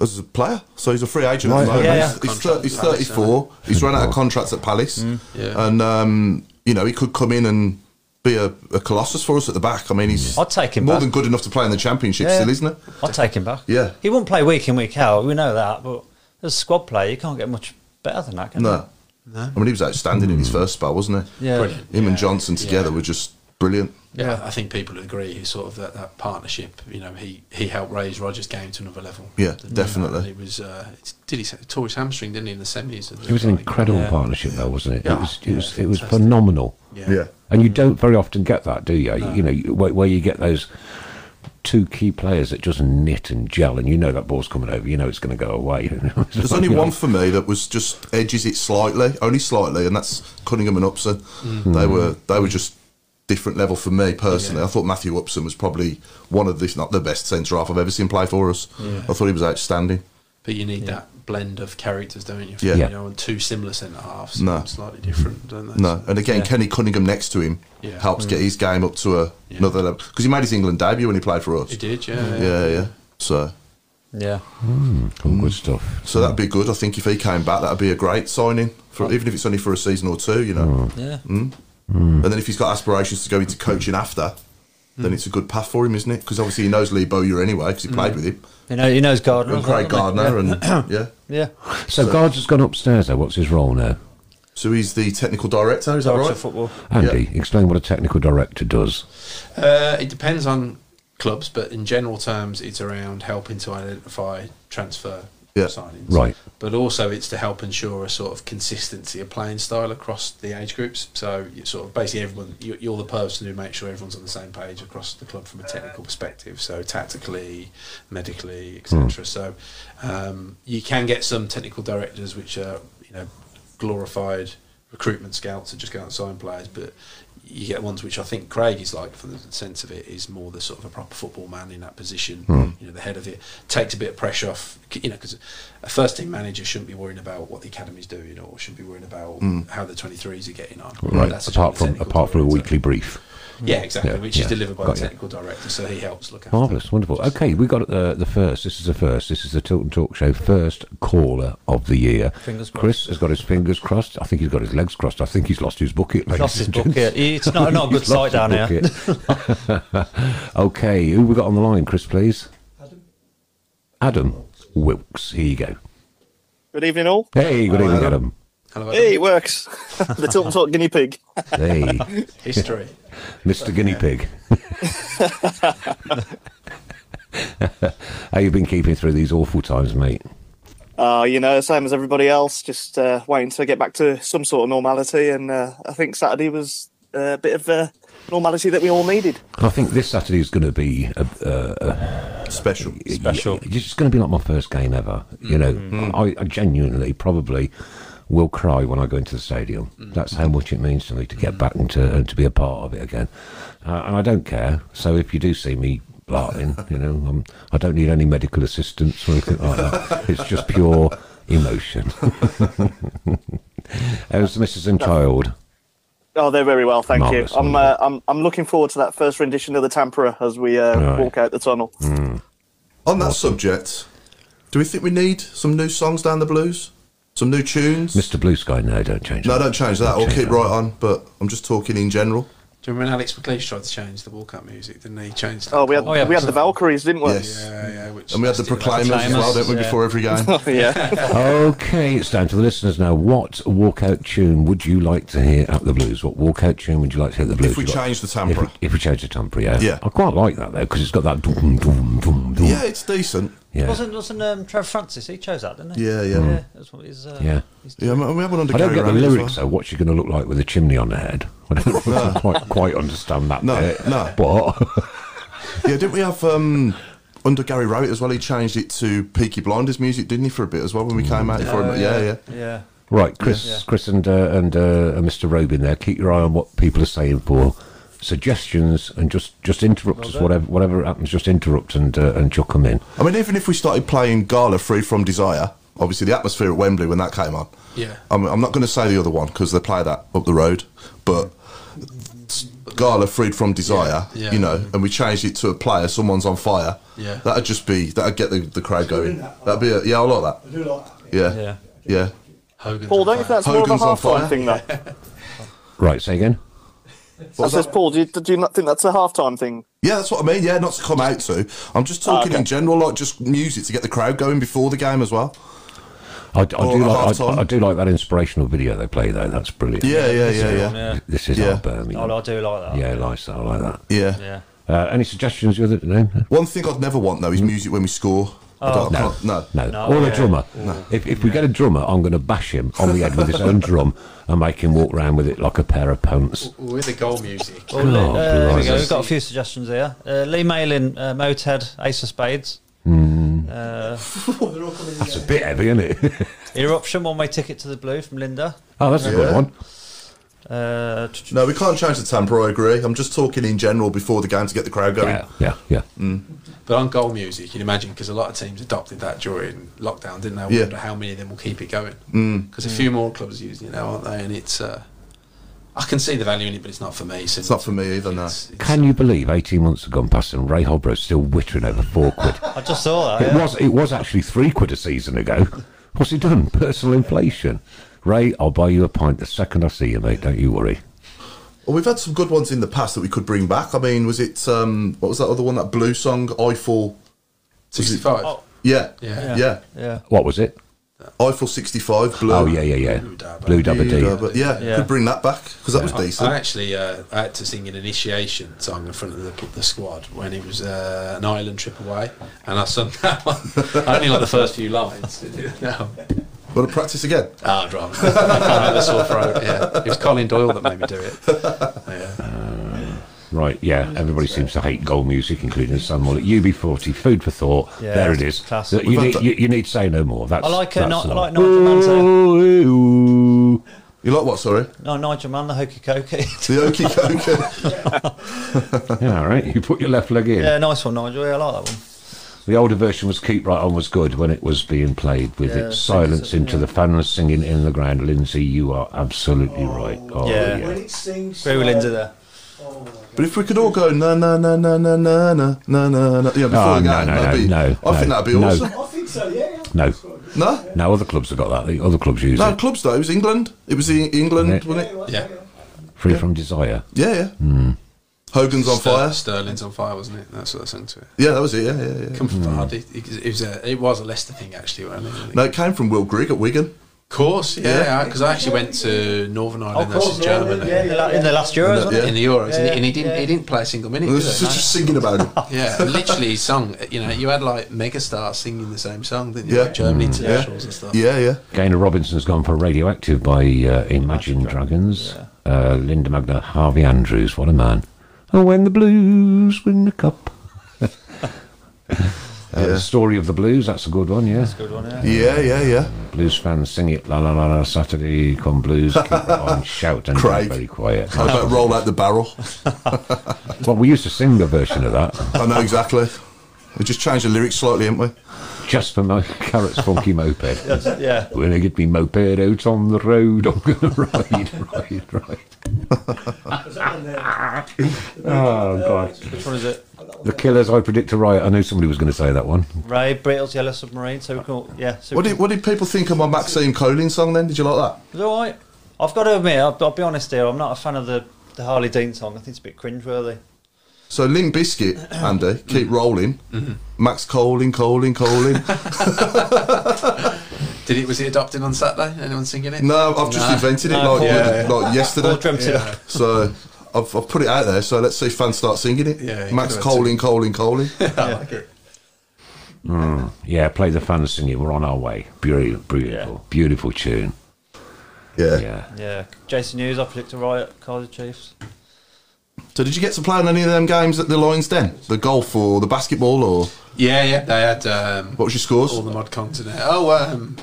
as a player, so he's a free agent at
Right,
the moment.
yeah,
He's-
yeah.
He's, thir-
Contract
he's
at Palace,
34. He's run out of contracts at Palace,
Mm.
Yeah.
and um, you know he could come in and be a, a colossus for us at the back. I mean, he's
I'd take him
more
back.
than good enough to play in the championship
Yeah.
still, isn't he?
I'll take him back.
Yeah.
He won't play week in, week out, we know that, but as a squad player you can't get much better than that, can
No. I mean, he was outstanding in his first spell, wasn't he?
you? Mm. Yeah.
Brilliant.
Him and
Yeah.
Johnson together
Yeah.
were just brilliant.
Yeah,
Yeah.
I think people would agree. He's sort of that, that partnership. You know, he, he helped raise Rogers' game to another level.
Yeah,
Didn't he?
definitely.
And It was uh, it's- did he it tore his hamstring, didn't he, in the semis?
It was an incredible
Yeah.
partnership, though, wasn't it?
Yeah.
It was, it was,
Yeah,
it was
fantastic.
phenomenal.
Yeah.
And you don't very often get that, do you? You know, you- where, where you get those two key players that just knit and gel, and you know that ball's coming over, you know it's going to go away.
There's only one for me that was just edges it slightly, only slightly, and that's Cunningham and Upson.
Mm.
They were they were just different level for me personally. I thought Matthew Upson was probably one of the if not the best centre half I've ever seen play for us. I thought he was outstanding.
But you need that blend of characters, don't you?
Yeah.
You
Yeah.
know, and two similar centre halves.
No.
Slightly different, don't they?
No, and again, Kenny Cunningham next to him
Yeah. Mm.
helps get his game up to a,
Yeah.
another level because he made his England debut when he played for us.
He did, yeah.
Mm-hmm.
Yeah, yeah. So,
Yeah.
All good stuff.
so
Mm.
that'd be good. I think if he came back, that'd be a great signing
Oh.
for even if it's only for a season or two, you know.
Mm.
Yeah.
Mm. And then if he's got aspirations to go into coaching after, then it's a good path for him, isn't it? Because obviously he knows Lee Bowyer anyway because he played with him
You know, he knows Gardner.
and
as Mm. well,
Craig
doesn't he?
Gardner, and yeah.
Yeah.
So, Guards has gone upstairs, though. What's his role now?
So he's the technical director. Is that
Director
right?
of football.
Andy, explain what a technical director does.
Uh, it depends on clubs, but in general terms, it's around helping to identify transfer
Yeah.
signings.
Right.
But also, it's to help ensure a sort of consistency of playing style across the age groups. So, you sort of basically everyone, you- you're the person who makes sure everyone's on the same page across the club from a technical perspective. So, tactically, medically, etc. So, um, you can get some technical directors which are, you know, glorified recruitment scouts that just go out and sign players, but you get ones which I think Craig is like, for the sense of it, is more the sort of a proper football man in that position,
Hmm.
you know, the head of it. Takes a bit of pressure off, c- you know, because a first team manager shouldn't be worrying about what the academy's doing or shouldn't be worrying about how the 23s are getting on.
Hmm. Right.
That's
apart
the
from
technical
apart from a
director.
weekly brief.
Yeah, exactly,
Yeah,
which
yeah.
is delivered by
Got
the
you.
technical director, so he helps look after
Marvellous, wonderful. Okay, we got uh, the first. This is the first. This is the Tilton Talk Show first caller of the year.
Fingers
Chris
crossed.
has got his fingers crossed. I think he's got his legs crossed. I think he's lost his bucket. ladies
Lost his
and gents.
bucket. It's Oh, not, not a good
He's lost
sight down
his
here.
bucket. okay, who we got on the line, Chris, please?
Adam?
Adam Wilkes. Here you go.
Good evening, all.
Hey, good evening, Adam.
Hello,
Hey,
Adam.
it works. the Tilton Talk guinea pig.
Hey,
history.
Mr. Guinea Pig. How you been keeping through these awful times, mate?
Uh, you know, same as everybody else, just uh, waiting to get back to some sort of normality. And uh, I think Saturday was uh, a bit of uh, normality that we all needed.
I think this Saturday is going to be a,
Special.
Special.
Yeah, it's going to be like my first game ever. You know, I, I genuinely probably will cry when I go into the stadium. That's how much it means to me to get back and to, and to be a part of it again. Uh, and I don't care. So if you do see me blarting, you know, um, I don't need any medical assistance or anything like that. It's just pure emotion. How's the missus and child?
Oh, they're very well, thank
Marvellous,
you. I'm, uh,
marvellous.
I'm I'm looking forward to that first rendition of the Tampera as we uh,
Right.
walk out the tunnel.
On that subject, do we think we need some new songs down the blues? Some new tunes?
Mr. Blue Sky, no, don't change
No,
that.
don't change that. I'll
change
keep
that.
right on. But I'm just talking in general.
Do you remember when Alex McLeish tried to change the walkout music? Didn't he change that?
Oh, we had
Oh, yeah,
we had the
so-
Valkyries, didn't we?
Yes. Mm.
Yeah, yeah. Which
And we had the
still-
proclaimers as well, didn't we?
Yeah.
Before every game.
yeah.
Okay, it's down to the listeners now. What walkout tune would you like to hear at the Blues? What walkout tune would you like to hear at the Blues?
If we
You got-
change the
if we,
timbre.
if we change the timbre, yeah.
Yeah.
I quite like that though because it's got that doom doom doom doom.
Yeah, it's decent.
yeah. Mm.
Wasn't wasn't um, Trevor Francis? He chose that, didn't he?
Yeah, yeah.
Yeah. That's what he's. Uh,
Yeah.
He's
Yeah, and we have one under
I don't
Gary
get the
Ramage as
lyrics
well.
though. What's she going to look like with a chimney on her head? I don't quite quite understand that.
No,
bit.
no.
But
Yeah, didn't we have um, under Gary Rowett as well? He changed it to Peaky Blinders music, didn't he, for a bit as well when we came out for him? Yeah, yeah.
yeah.
right, Chris,
Yeah.
Chris, and uh, and uh, and Mr. Robin there. Keep your eye on what people are saying for suggestions and just just interrupt us. Whatever whatever happens, just interrupt and uh, and chuck them in.
I mean, even if we started playing Gala Free From Desire, obviously the atmosphere at Wembley when that came on.
Yeah.
I'm, I'm not going to say the other one because they play that up the road, but Gala Freed From Desire,
Yeah, yeah.
you know, and we changed it to a player, someone's on fire.
Yeah.
That'd just be, that'd get the, the crowd going.
that.
That'd be, a, yeah, I like
I do like that.
that. Yeah.
Yeah.
Yeah.
Hogan's
Paul,
on
don't you think
fire.
that's more of a
Hogan's on
half-time
fire.
thing, though?
Right, say again.
I says, Paul, do you, do you not think that's a half-time thing?
Yeah, that's what I mean. Yeah, not to come out to. I'm just talking
okay.
in general, like just music to get the crowd going before the game as well.
I, I do
Or at
like
half-time.
I, I do like that inspirational video they play though. That's brilliant.
Yeah, yeah, yeah,
Yeah.
yeah.
This is
Yeah.
our Birmingham.
Oh, I do like that.
yeah, lifestyle like that.
Yeah.
Yeah.
Uh, any suggestions? You other no,
One thing I'd never want though is music when we score. I don't- I
no,
can't- no.
no,
No,
or
yeah.
a drummer. If, if we get a drummer, I'm going to bash him on the head with his own drum and make him walk around with it like a pair of pants.
With the goal music.
Oh, Lee-
Oh,
uh, there we
blimey.
go. We've got a few suggestions here. Uh, Lee Malin, uh, Moted, Ace of Spades. Uh,
They're all coming in
It's a
there.
bit heavy, isn't it?
Eruption, One Way Ticket to the Blue from Linda.
oh, that's a good
Yeah.
one.
Uh, t- t-
No, we can't change the tempo. I agree. I'm just talking in general before the game to get the crowd going.
Yeah, yeah, yeah.
Mm.
But on goal music, you'd imagine, because a lot of teams adopted that during lockdown, didn't they? I
Yeah. Mm.
wonder how many of them will keep it going. Because a few more clubs use it now, aren't they? And it's. Uh, I can see the value in it, but it's not for me. So
It's not for me either. No.
It's, it's-
Can you believe 18 months have gone past and Ray Hobro's still wittering over four quid?
I just saw that.
It
Yeah.
was it was actually three quid a season ago. What's he done? Personal inflation. Ray, I'll buy you a pint the second I see you, mate. Don't you worry.
Well, we've had some good ones in the past that we could bring back. I mean, was it um, what was that other one? That blue song, Eiffel.
65.
Oh.
Yeah,
Yeah.
yeah, yeah.
Yeah.
What was it?
Eiffel '65 Uh, blue.
Oh yeah, yeah, yeah.
Blue Dabba.
Blue Dabba
Yeah,
D.
but yeah,
Yeah.
could bring that back because that was
I-
decent.
I, actually uh, I had to sing an initiation song in front of the, the squad when it was uh, an island trip away, and I sung that one. I only like the first few lines. no,
Want to practice again?
ah, drama. I can't have a sore throat. Yeah, it was Colin Doyle that made me do it. Yeah.
Right, yeah. Everybody seems to hate goal music, including Sam Mullet. UB40, food for thought.
Yeah,
there it is.
class.
That- You
We've
need,
had
you, you need say no more. That's
I like, uh,
that's
Ni-
the one.
I like Nigel Mansell.
Ooh, ooh, ooh.
You like what? Sorry,
No, Nigel Mann, the Hokey Cokey.
the Okie Cokie.
Yeah, all right. You put your left leg in.
yeah, nice one, Nigel. Yeah, I like that one.
The older version was Keep Right On was good when it was being played with
Yeah,
its
six,
silence
seven,
into
yeah.
the fans singing in the ground. Lindsay, you are absolutely right. Oh,
Yeah.
yeah.
When it sings.
Very well
slow-
into there.
Oh my God.
but if we could all go na na na na na na na na na, na, yeah, before
Oh,
the game,
no, no,
that'd
no,
be,
no,
I think
no,
that'd be
no.
awesome.
I think so, yeah.
No.
It's quite good.
No,
Now other clubs have got that. The other clubs use
no
it.
clubs though. It was England. It was E- England,
Yeah.
wasn't
Yeah,
it?
right,
Yeah.
Free from desire.
Yeah, yeah.
Hmm.
Hogan's on
Ster-
fire.
Sterling's on fire, wasn't it? That's what I sung to it.
Yeah, that was it. Yeah, yeah, yeah.
Come from hard. It, it was a it was a Leicester thing actually. Wasn't it? I think.
Hmm. No, it came from Will Grigg at Wigan.
Of course, yeah,
Yeah.
because I actually went to Northern Ireland
course,
versus Germany.
In the, la- in the last Euros, wasn't
Yeah.
In the Euros, and,
Yeah,
he, and he didn't.
yeah.
He didn't play a single minute.
It was
did
just,
he?
just singing about it.
Yeah, literally sung. You know, you had like megastars singing the same song, didn't you?
Yeah. Hmm.
Like German
Yeah,
internationals and stuff.
yeah, yeah.
Gaynor Robinson's gone for Radioactive by uh, Imagine Dragons. Uh, Linda Magna, Harvey Andrews. What a man. And when the blues win the cup. Uh,
Yeah.
The story of the blues, that's a good one, yeah.
it? Good one, yeah.
Yeah, yeah, yeah.
Blues fans sing it, la la la la, Saturday, come blues, keep it on, shout, and
Craig.
be very quiet.
How about roll out the barrel?
Well, we used to sing a version of that,
I know exactly. We just changed the lyrics slightly, haven't we?
just for my Carrot's funky moped.
Yeah. yeah.
When I get me moped out on the road, I'm gonna ride, ride, ride.
There's that one there.
Oh God!
Which one is it?
The Killers, I predict a riot. I knew somebody was going to say that one.
Ray Brittle's Yellow Submarine. So we can, yeah. So
What
we
did, what did people think of my Maxine Colin song then? Did you like that?
It's all right. I've got to admit, I'll, I'll be honest here. I'm not a fan of the, the Harley Dean song. I think it's a bit cringeworthy.
So Limp Biscuit, Andy, keep
Mm-hmm.
rolling. Max Colin, Colin, Colin.
Did it? Was it adopted on Saturday? Anyone singing it?
No, I've just
Nah.
invented it
No,
like,
yeah, yeah.
like yesterday.
Or dreamt it up.
So I've, I've put it out there. So let's see if fans start singing it.
Yeah, you
Max
could have
Colin, Colin, Colin.
I like it.
Yeah, play the fans singing. We're on our way. Beautiful, beautiful,
Yeah.
beautiful tune.
yeah.
Yeah.
Yeah. Jason Hughes, I predict a riot. Kaiser Chiefs.
So did you get to play on any of them games at the Lions Den? The golf or the basketball or
Yeah, yeah. They had um,
what was your scores?
all the mod continent. Oh, um,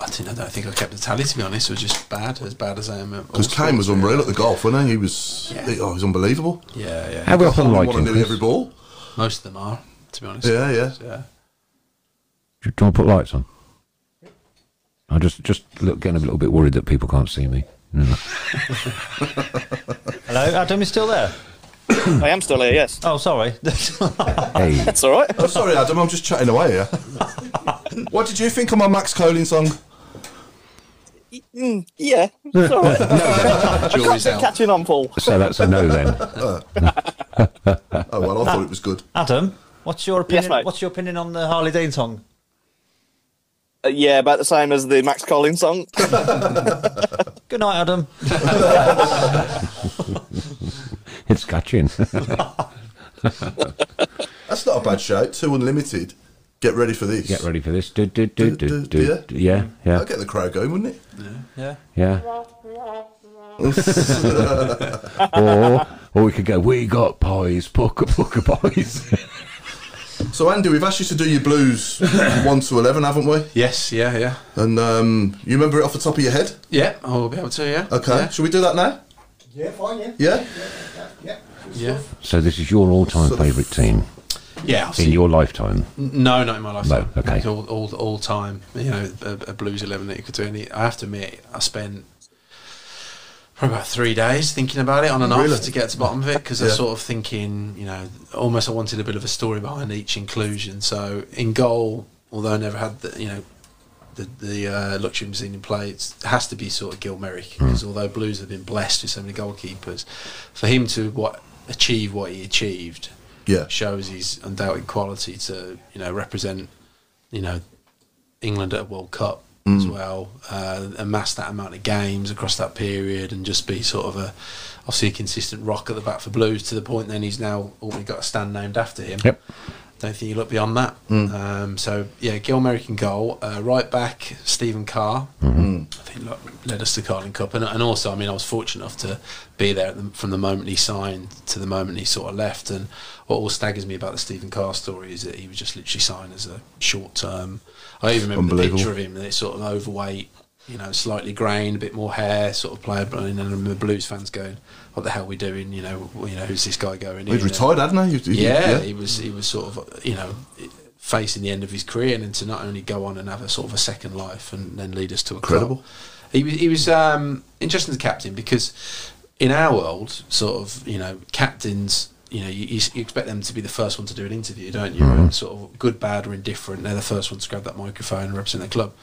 I didn't. I don't think I kept the tally. To be honest, it was just bad. As bad as I am. at all
Because Kane was
sports,
unreal at the golf, wasn't he? He was,
Yeah.
he- oh, he was unbelievable.
really. Yeah, yeah.
How often
He
like
won
him?
nearly
Chris?
every ball.
Most of them are. To be honest.
Yeah, yeah.
Yeah.
Do you want to put lights on? I just just look, getting a little bit worried that people can't see me.
Hello, Adam, you still there?
I am still here, yes.
Oh, sorry.
Hey,
That's all right.
Oh, sorry, Adam, I'm just chatting away here. what did you think of my Max Colin song?
Mm, yeah, it's all right.
Jury's out.
Catching on, Paul.
so that's a no then.
Oh, well, I thought it was good.
Adam, what's your opinion?
mate.
what's your opinion on the Harley Dean song?
Uh, yeah, about the same as the Max Collins song.
Good night, Adam.
It's catching.
That's not a bad shout. Two unlimited. Get ready for this.
Get ready for this. Do, do, do, do, do. Yeah, yeah,
That'll get the crowd going, wouldn't it?
Yeah.
yeah. or, or we could go, we got pies, pucker pucker pies.
So, Andy, we've asked you to do your blues one to eleven, haven't we?
Yes, yeah, yeah.
And um, you remember it off the top of your head?
Yeah, I'll be able to, yeah.
Okay.
Yeah.
Shall we do that now?
Yeah, fine, yeah.
Yeah.
Yeah, yeah.
Yeah,
so this is your all-time
Sort of-
favourite team
yeah I've
in
seen,
your lifetime.
no, not in my lifetime.
No, okay.
Like all, all, all time, you know, a, a Blues 11 that you could do. And I have to admit, I spent probably about three days thinking about it on and off
Really?
to get to the bottom of it because I
Yeah.
was sort of thinking, you know, almost I wanted a bit of a story behind each inclusion. So in goal, although I never had the, you know, the, the uh, luxury of seeing him play, it has to be sort of Gil Merrick because although Blues have been blessed with so many goalkeepers, for him to what achieve what he achieved
Yeah.
shows his undoubted quality to you know represent you know England at a World Cup as well, uh, amass that amount of games across that period, and just be sort of a obviously a consistent rock at the back for Blues to the point then he's now already got a stand named after him.
Yep.
Don't think you look beyond that. Um, so yeah, Gil Merrick in goal, uh, right back Stephen Carr.
Mm.
I think lo- led us to Carling Cup, and, and also I mean I was fortunate enough to be there at the, from the moment he signed to the moment he sort of left. And what all staggers me about the Stephen Carr story is that he was just literally signed as a short term. I even remember the
Unbelievable.
picture of him, that it's sort of overweight, you know, slightly grained, a bit more hair, sort of player. And I remember Blues fans going, "What the hell are we doing? You know, w- you know, who's this guy going?"
He'd
in?"
retired, hadn't he? He- he-
yeah, he was he was sort of you know facing the end of his career and then to not only go on and have a sort of a second life and then lead us to a club.
Incredible.
He was he was um, interesting as captain because in our world, sort of you know captains. You know, you, you s- you expect them to be the first one to do an interview, don't you? And Sort of good, bad, or indifferent. They're the first one to grab that microphone and represent their club.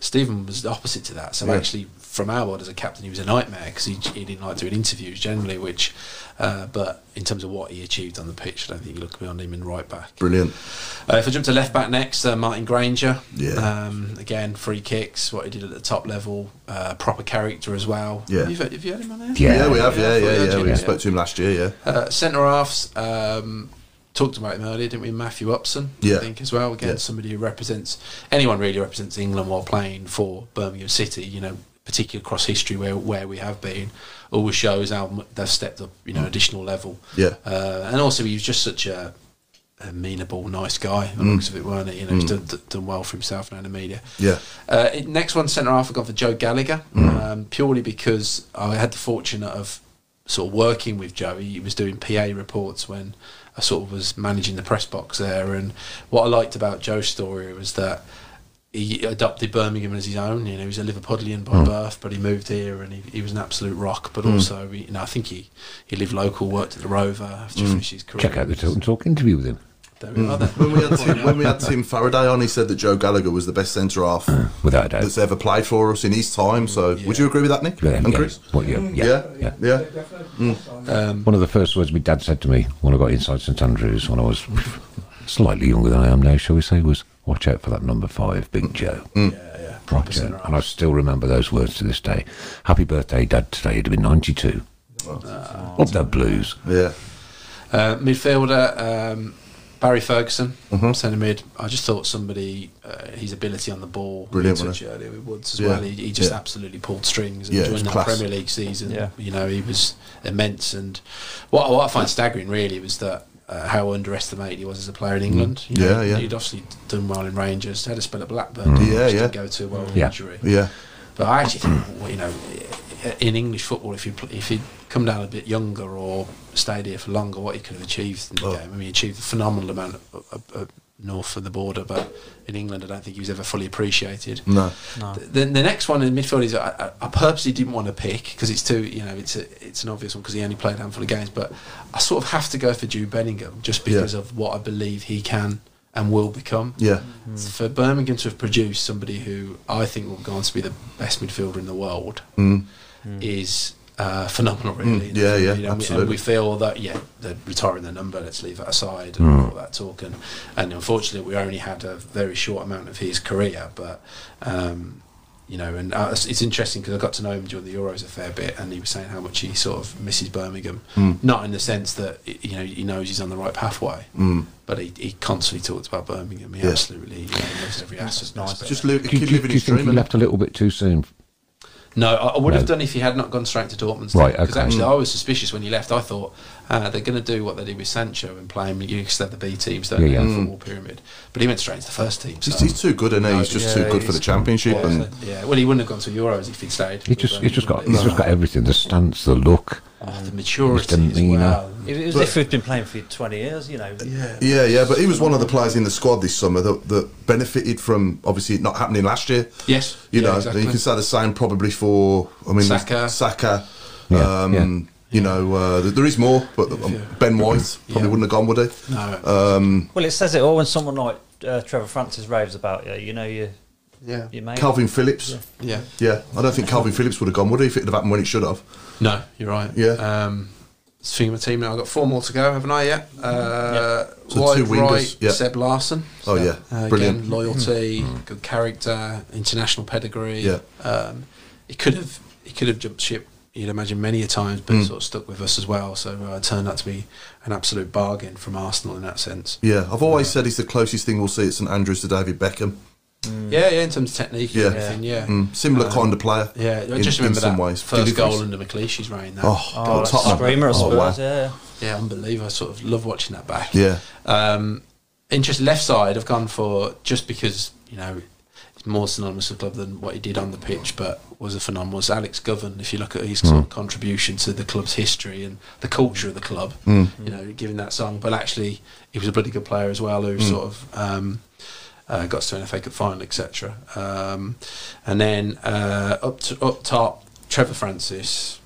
Stephen was the opposite to that. So
Yeah.
actually, from our world as a captain, he was a nightmare because he, he didn't like doing interviews generally. Which, uh, but in terms of what he achieved on the pitch, I don't think you look beyond him in right back.
Brilliant.
Uh, if I jump to left back next, uh, Martin Granger.
Yeah.
Um, again, free kicks, what he did at the top level, uh, proper character as well.
Yeah.
Have you, heard- have you heard him on there?
Yeah,
Yeah.
we have. Yeah, yeah, yeah. We
Yeah.
spoke to him last year. Yeah.
Uh, Centre halves, um, talked about him earlier, didn't we? Matthew Upson,
Yeah.
I think, as well. Again,
Yeah.
somebody who represents anyone really represents England while playing for Birmingham City. You know, particularly across history where where we have been, always shows how mu- they've stepped up. You know, additional level.
Mm. Yeah.
uh, and also he was just such a. Amenable, nice guy.
Mm.
The looks of it, weren't it? You know, he's done, done- done well for himself now in the media.
Yeah.
Uh, it- next one, centre half, I gone for Joe Gallagher,
Mm.
um, purely because I had the fortune of sort of working with Joe. He was doing PA reports when I sort of was managing the press box there. And what I liked about Joe's story was that he adopted Birmingham as his own. You know, he was a
Mm.
Liverpudlian by birth, but he moved here and he, he was an absolute rock. But also, you know, I think he, he lived local, worked at the Rover after he finished his career.
Mm. Check out the Tilt and Talk interview with him.
There we are then.
When we had Tim, when we had Tim Faraday on, he said that Joe Gallagher was the best centre half
Without a doubt.
that's ever played for us in his time. So, would you agree with that, Nick
Yeah,
and
yeah.
Chris?
What, yeah, yeah,
Yeah.
yeah.
Yeah.
definitely.
Um,
One of the first words my dad said to me when I got inside St Andrews, when I was slightly younger than I am now, shall we say, was watch out for that number five,
Mm.
Big Joe.
yeah, yeah.
Watch out. And I still remember those words to this day. Happy birthday, Dad, today. He'd have been 92.
Ah.
Up the blues.
Yeah.
Uh, midfielder um, Barry Ferguson,
Mm-hmm.
centre mid. I just thought somebody uh, his ability on the ball. we
Brilliant,
touched earlier with Woods as
Yeah.
well. He, he just
Yeah.
absolutely pulled strings and
Yeah, it was
during that
class.
Premier League season.
Yeah.
You know he was immense. And what, what I find staggering really was that. Uh, how underestimated he was as a player in England. You know,
Mm. Yeah, yeah.
He'd obviously done well in Rangers. Had a spell at Blackburn.
Mm.
which
Yeah,
Didn't
yeah.
go too well with
Yeah.
injury.
Yeah.
But I actually think, well, you know, in English football, if you pl- if he'd come down a bit younger or stayed here for longer, what he could have achieved in the
Oh.
game. I mean, he achieved a phenomenal amount of, of, of north of the border, but in England, I don't think he was ever fully appreciated.
No.
No.
Th- Then the next one in midfield is I, I I purposely didn't want to pick because it's too you know it's a, it's an obvious one because he only played a handful of games, but I sort of have to go for Jude Bellingham just
Yeah.
because of what I believe he can and will become.
Yeah.
For Birmingham to have produced somebody who I think will go on to be the best midfielder in the world is uh, phenomenal, really.
Mm, yeah, yeah,
And we-
absolutely.
And we feel that, yeah, they're retiring the number, let's leave that aside and
Mm.
all that talk. And, and unfortunately, we only had a very short amount of his career, but, um, you know, and uh, it's, it's interesting because I got to know him during the Euros a fair bit, and he was saying how much he sort of misses Birmingham.
Mm.
Not in the sense that, y- you know, he knows he's on the right pathway,
Mm.
but he, he constantly talks about Birmingham. He
Yeah.
absolutely you know, loves every aspect.
nice.
Just live,
Do, you-
keep
do you-
living
do you
his
think
dream.
he
innit?
left a little bit too soon?
No, I, I would
No.
have done if he had not gone straight to Dortmund.
Right,
Because
okay.
actually, I was suspicious when he left. I thought uh, they're going to do what they did with Sancho and play him because they're the B teams, don't
Yeah,
they?
yeah.
the Football pyramid. But he went straight into the first team.
He's,
so-
he's too good, and
No,
he's just
yeah,
too good for
he's-
the championship.
Yeah,
and
so- yeah, well, he wouldn't have gone to Euros if he'd stayed.
He's
with
just, he's just got,
Birmingham,
he's just
but-
got everything: the stance, the look.
Oh, the
His
maturity as well.
demeanour.
It was if we'd been playing for 20 years, you know.
Yeah.
Yeah, yeah, but he was one of the players in the squad this summer that, that benefited from obviously it not happening last year.
Yes,
you
yeah,
know,
exactly.
you can say the same probably for I mean
Saka.
Saka.
Yeah,
um,
yeah.
You know, uh, th- there is more, but um,
Yeah.
Ben White probably
Yeah.
wouldn't have gone, would he?
No.
Well, it says it all when someone like uh, Trevor Francis raves about you. You know, you,
yeah.
you mate.
Calvin Phillips. Yeah.
Yeah.
I don't think Calvin Phillips would have gone, would he, if it had happened when it should have?
No, you're right.
Yeah.
Um, it's the thing of my team now. I've got four more to go, haven't I? Yet. Uh,
So
wide
two wingers,
right,
yeah.
Seb Larson.
Oh, yeah.
Uh,
Brilliant. Mm.
Again, loyalty, Mm. good character, international pedigree.
Yeah.
Um, he could have he could have jumped ship. You'd imagine many a times,
Mm.
but sort of stuck with us as well. So uh, it turned out to be an absolute bargain from Arsenal in that sense.
Yeah, I've always said he's the closest thing we'll see at St Andrews to David Beckham.
Yeah, yeah. In terms of technique,
Yeah.
and everything. Yeah.
Mm, similar
Um,
kind of player.
Yeah, I
in-
just remember
in some
that
ways.
first
Deliveries.
goal under McLeish's reign. That.
Oh,
Oh,
God,
that's a
Tottenham.
screamer, I
Oh,
suppose.
wow.
Yeah.
Yeah, unbelievable. I sort of love watching that back.
Yeah.
Um, interest left side, I've gone for just because you know it's more synonymous with club than what he did on the pitch, but was a phenomenal. Was Alex Govan? If you look at his sort of contribution to the club's history and the culture of the club, you know, giving that song, but actually he was a bloody good player as well, who sort of. Um, uh, got to an FA Cup final, etc. Um, and then uh, up to, up top, Trevor Francis,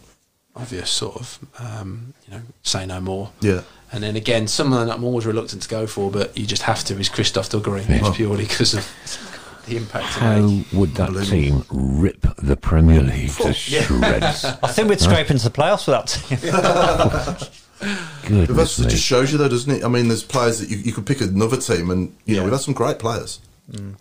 obvious sort of, um, you know, say no more.
Yeah.
And then again, someone that I'm always reluctant to go for, but you just have to, is Christoph Duggery, just purely because of the impact. it made.
How would that team rip the Premier League to shreds?
I think we'd scrape into the playoffs with that team.
But that's,
Goodness
it
me.
just shows you, though, doesn't it? I mean, there's players that you, you could pick another team, and you know
Yeah.
we've had some great players,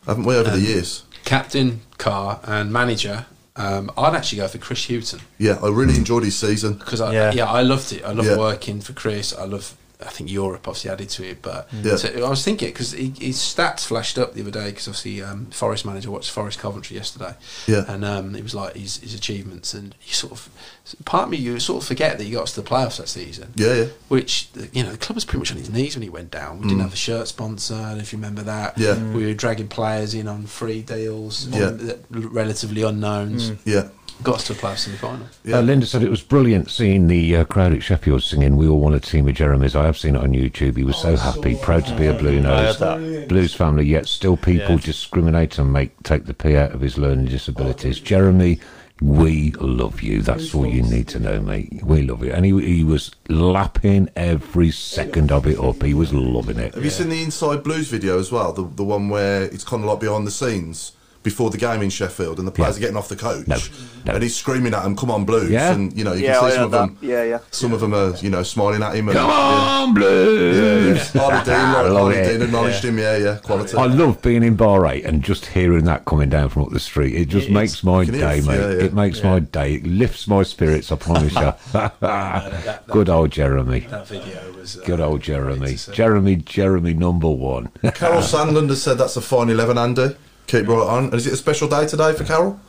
haven't we, over the years?
Captain, car, and manager. Um, I'd actually go for Chris Hewton
Yeah, I
Mm.
really enjoyed his season.
because I, yeah.
Yeah.
I loved it. I love
Yeah.
working for Chris. I love. I think Europe obviously added to it, but
Yeah.
so I was thinking because his stats flashed up the other day because obviously um, Forest manager watched Forest Coventry yesterday,
Yeah.
and um, it was like his, his achievements and you sort of part of me you sort of forget that he got us to the playoffs that season,
Yeah, yeah.
which you know the club was pretty much on his knees when he went down. We didn't have a shirt sponsor, if you remember that.
Mm. Yeah. Mm.
we were dragging players in on free deals,
Yeah.
on the- relatively unknowns.
Yeah,
Got us to a playoff semi final.
Yeah.
Uh, Linda said it was brilliant seeing the uh, crowd at Sheffield singing "We All Want a Team with Jeremy's." I have seen it on YouTube. He was so
Oh,
happy, proud to be a blue
I heard
nose,
that.
blues family. Yet still, people
Yeah.
discriminate and make take the pee out of his learning disabilities.
Oh.
Jeremy, we love you. That's all you need to know, mate. We love you. And he he was lapping every second of it up. He was loving it.
Have you seen the Inside Blues video as well? The the one where it's kind of like behind the scenes before the game in Sheffield, and the players
Yeah.
are getting off the coach,
No, no.
and he's screaming at them, "Come on, Blues!"
Yeah.
And you know you
Yeah,
can
I
see some
heard
of
that.
them.
Yeah, yeah.
Some of them are you know smiling at him. And,
Come on,
Yeah,
blues!
yeah. Harley Dean,
I
like,
love
Harley
it.
Dean acknowledged him. Yeah, yeah, quality.
I love being in Bar 8 and just hearing that coming down from up the street. It just makes my
It is,
day, mate.
yeah, yeah.
It makes my day. It lifts my spirits, I promise
that-
you. Good old Jeremy.
That video was uh,
Good old
great
Jeremy.
to see.
Jeremy, Jeremy number one.
Carol
Uh,
Sandland has said that's a fine eleven, Andy. Keep right on. And is it a special day today for Carol?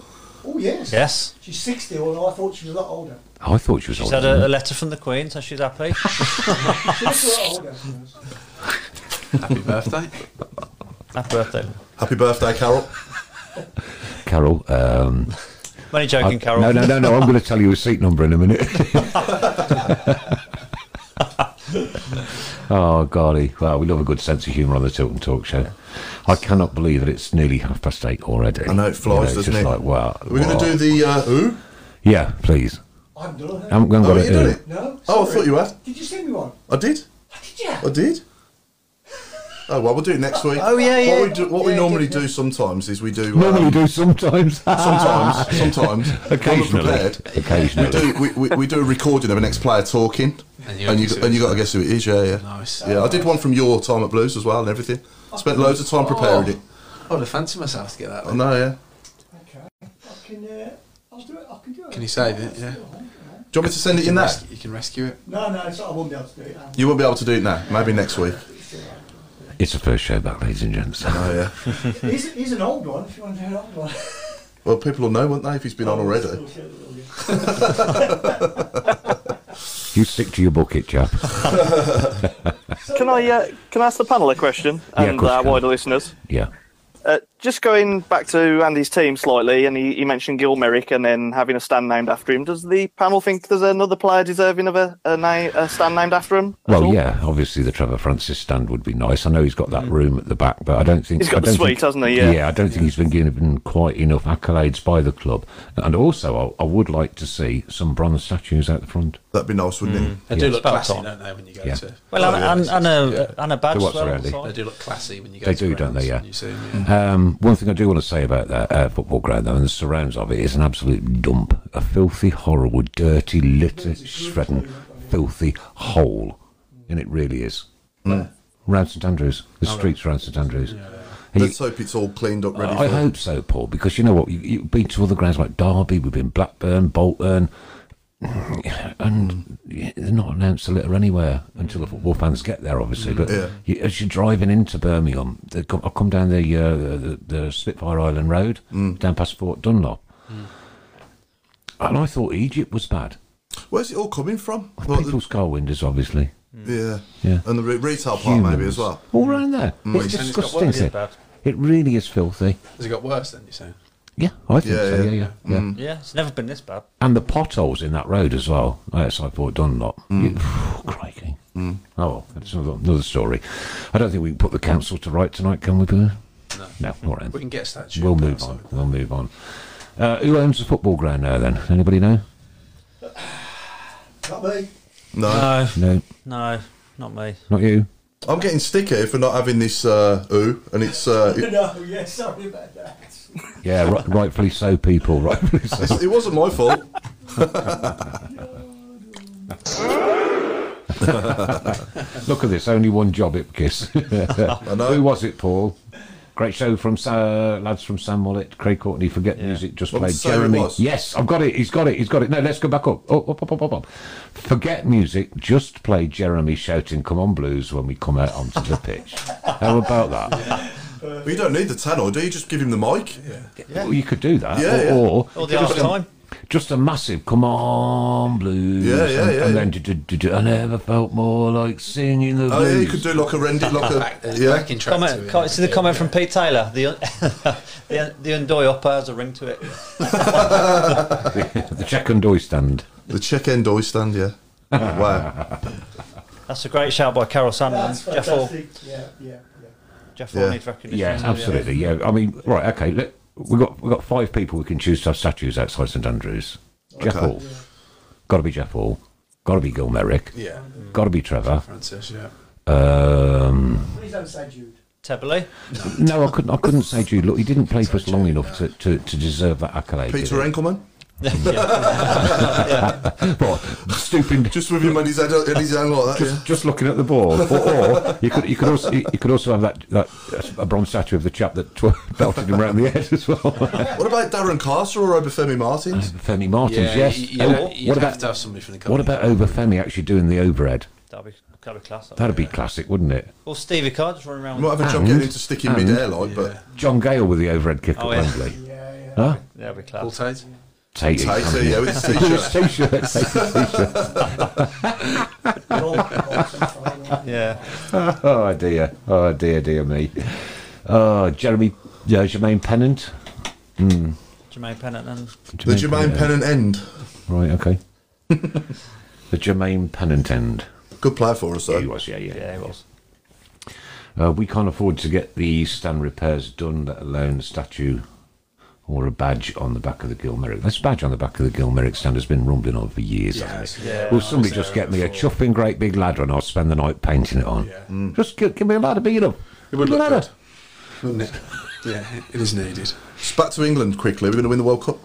Oh, yes.
Yes.
She's 60, although I thought she was a lot older.
I thought she was
She's
older
had a, a
than-
letter from the Queen, so she's happy.
She looks a lot older.
happy birthday.
happy birthday.
Happy birthday, Carol.
Carol. Um,
I'm only joking, Carol.
Uh, No, no, no, no. I'm going to tell you a seat number in a minute. oh, golly. Wow, we love a good sense of humour on the Tilton Talk Show. I cannot believe that it's nearly half past eight already.
I know, it flies,
it's
doesn't
just
it?
like, wow.
We're going to do the uh, who?
Yeah, please.
I haven't done
I haven't
her.
gone
Oh,
got
you
it
done
in.
it?
No?
Oh, I
sorry.
thought you had.
Oh, Did you send me one?
I did.
Did you?
I did. Oh well, we'll do it next week.
Oh, yeah, yeah.
What we, do, what we
Yeah,
normally
yeah.
do sometimes is we do.
Normally
um,
do sometimes.
Sometimes, sometimes. When we're
Occasionally.
prepared, we
Occasionally.
do we, we, we do a recording of the next player talking,
And
and
you
you and
guess
you,
who it
got to guess who it is. Yeah, yeah.
Nice.
Yeah, I did one from your time at Blues as well and everything. Spent loads of
Oh.
time preparing it.
I would have fancied myself to get that.
I know, yeah.
Okay. I can. Uh, I'll do it. I can do it.
Can you save it? Yeah.
Do you want me to send it
You
in
can,
now?
rescue, you can rescue it.
No, no. It's, I won't be able to do it. Alan.
You won't be able to do it now. Maybe next week.
It's the first show back, ladies and gents.
Oh yeah.
He's, he's an old one. If you want to do an old one.
Well, people will know, won't they, if he's been on already?
You stick to your bucket, chap.
Can I uh, can I ask the panel a question
Yeah, of
and
course you
uh,
can.
wider listeners?
Yeah.
Uh, just going back to Andy's team slightly, and he, he mentioned Gil Merrick and then having a stand named after him. Does the panel think there's another player deserving of a, a, na- a stand named after him? at
Well,
all?
yeah. Obviously, the Trevor Francis stand would be nice. I know he's got that room at the back, but I don't think
He's got
I
the
don't
suite,
think-
hasn't he? Yeah.
I don't think he's been given quite enough accolades by the club. And also, I, I would like to see some bronze statues out the front.
That'd be nice, wouldn't it?
They
Yeah,
do
it's
look
about
classy, Oh,
time.
don't they, when you go
Yeah.
to.
Well, and, and, and a and a badge.
what's
well,
around it?
so-
They do look classy when you go
They
to
do, don't
Browns
they, yeah.
and you see 'em, yeah.
Um, one thing I do want to say about that uh, football ground, though, and the surrounds of it, is an absolute dump. A filthy, horrible, dirty, litter, shredding, filthy hole. And it really is. Round St Andrews. The streets round St Andrews. And you-
Let's hope it's all cleaned up, ready
I
for.
hope so, Paul, because you know what? You, you've been to other grounds like Derby, we've been Blackburn, Bolton, and they're not announced a litter anywhere until the football fans get there, obviously. But
Yeah.
you, as you're driving into Birmingham, they come, I come down the, uh, the the Spitfire Island Road,
Mm.
down past Fort Dunlop, and I thought Egypt was bad.
Where's it all coming from? Well, the-
People's car windows, obviously.
yeah.
Yeah.
And the re- retail part maybe as
Humans.
well. Mm.
All round there. It's
And it's got
disgusting.
worse.
isn't it? It really is filthy.
Has it got worse then? You say?
Yeah, I think
Yeah, Mm.
so.
yeah.
Yeah, yeah, yeah.
Yeah, it's never been this bad.
And the potholes in that road as well, Oh, outside Port Dunlop. You- crikey. Oh, well, that's another, another story. I don't think we can put the council to right tonight, can we, Boo? No. No, all right.
We can get a statue.
We'll move on. We'll move on. Uh, who owns the football ground now, then? Anybody know?
Not me.
No.
No,
No,
no, not me.
not you.
I'm getting sticky for not having this uh, ooh, and it's uh, it,
No. Yeah. Sorry about that.
Yeah, right, rightfully so, people. Rightfully so.
it wasn't my fault.
Look at this. Only one job, Ipkiss.
I
Who
know.
was it, Paul? Great show from uh, lads from Sam Mullet, Craig Courtney. Forget music, just
Well,
played.
so it
Jeremy,
was.
yes, I've got it. He's got it. He's got it. No, let's go back up. Up, up, up, up, up, up. Forget music, just play Jeremy shouting "Come on, Blues" when we come out onto the pitch. How about that?
Well, you don't need the tannoy, do you? Just give him the mic.
Well, you could do that,
Yeah,
or,
yeah.
or
All the half time.
just a massive "Come on, Blues."
Yeah, yeah,
and,
yeah,
And
yeah.
then du-du-du-du, I never felt more like singing the blues.
Oh yeah, you could do like a rendit, like
Back,
a yeah.
in track
Comment.
to it.
co- see the comment from Pete Taylor. The un- the un- the Undoy upper has a ring to it.
the check and doy stand.
The check end eye stand, yeah. wow.
That's a great shout by Carol Sandman.
That's
Jeff Hall.
fantastic. Yeah. Yeah. Yeah.
Jeff Hall
Yeah.
needs recognition.
Yeah,
too,
absolutely. Yeah, I mean, right. Okay, look, we got we got five people we can choose to have statues outside St Andrews. Jeff
Okay.
Hall, got to be Jeff Hall, got to be Gil Merrick,
Yeah.
got to be Trevor.
Francis, yeah.
Um,
Please don't say Jude.
Tebbily.
no, I couldn't. I couldn't say Jude. Look, he didn't play for us long enough to, to, to deserve that accolade.
Peter
did
Enkelman,
he? What, stupid.
just with him and his head, and his hand like that.
Just, just looking at the board, or, or you could you could also you could also have that, that a bronze statue of the chap that tw- belted him around the head as well.
Yeah. What about Darren Carter or Obafemi Martins?
Fermi Martins, yes.
You,
Oh,
what
what
have
about
about, to have somebody from the company.
What about over Femi actually doing the overhead?
That'd be that'd be class.
That'd be classic, wouldn't it?
Or Stevie Carr just running
I
around.
might
With,
have a job
And-
getting into sticking
and-
mid-air like, but
John Gale with the overhead kick
Oh,
at
yeah.
Wembley.
Yeah. Yeah.
Huh?
that'd be
Paul
class.
Tate?
Take it.
Tate,
can't
yeah,
you?
with his t-shirt.
Take his t-shirt. Take his t-shirt.
Roll, roll some final.
Yeah.
Oh dear. Oh dear, dear me. Oh, Jeremy, uh, Jermaine Pennant.
Jermaine Pennant and
The Jermaine Pennant end.
Right. Okay. the Jermaine Pennant end.
Good player for us
Yeah, he
though.
was. Yeah, yeah.
yeah, he was.
Uh, we can't afford to get the stand repairs done, let alone the statue or a badge on the back of the Gilmerick. This badge on the back of the Gilmerick stand has been rumbling on for years.
Yeah,
hasn't it?
yeah,
Will
I
somebody
was
just
there
get me a
before.
chuffing great big ladder and I'll spend the night painting it on? Mm.
Yeah.
Just give, give me a ladder, beat up.
It would
Give me a
look
ladder.
good, wouldn't it? Yeah, it is needed.
Just back to England quickly. We're going to win the World Cup.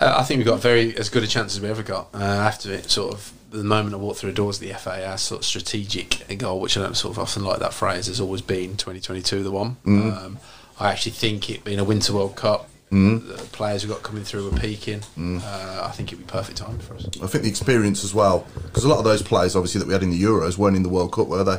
Uh, I think we got very as good a chance as we ever got uh, after it. Sort of the moment I walked through the doors of the FA, our sort of strategic goal, which I don't sort of often like that phrase, has always been 2022 the one.
Mm.
Um, I actually think it being a Winter World Cup,
Mm.
uh, the players we got coming through were peaking. Uh, I think it'd be perfect timing for us.
I think the experience as well, because a lot of those players, obviously, that we had in the Euros weren't in the World Cup, were they?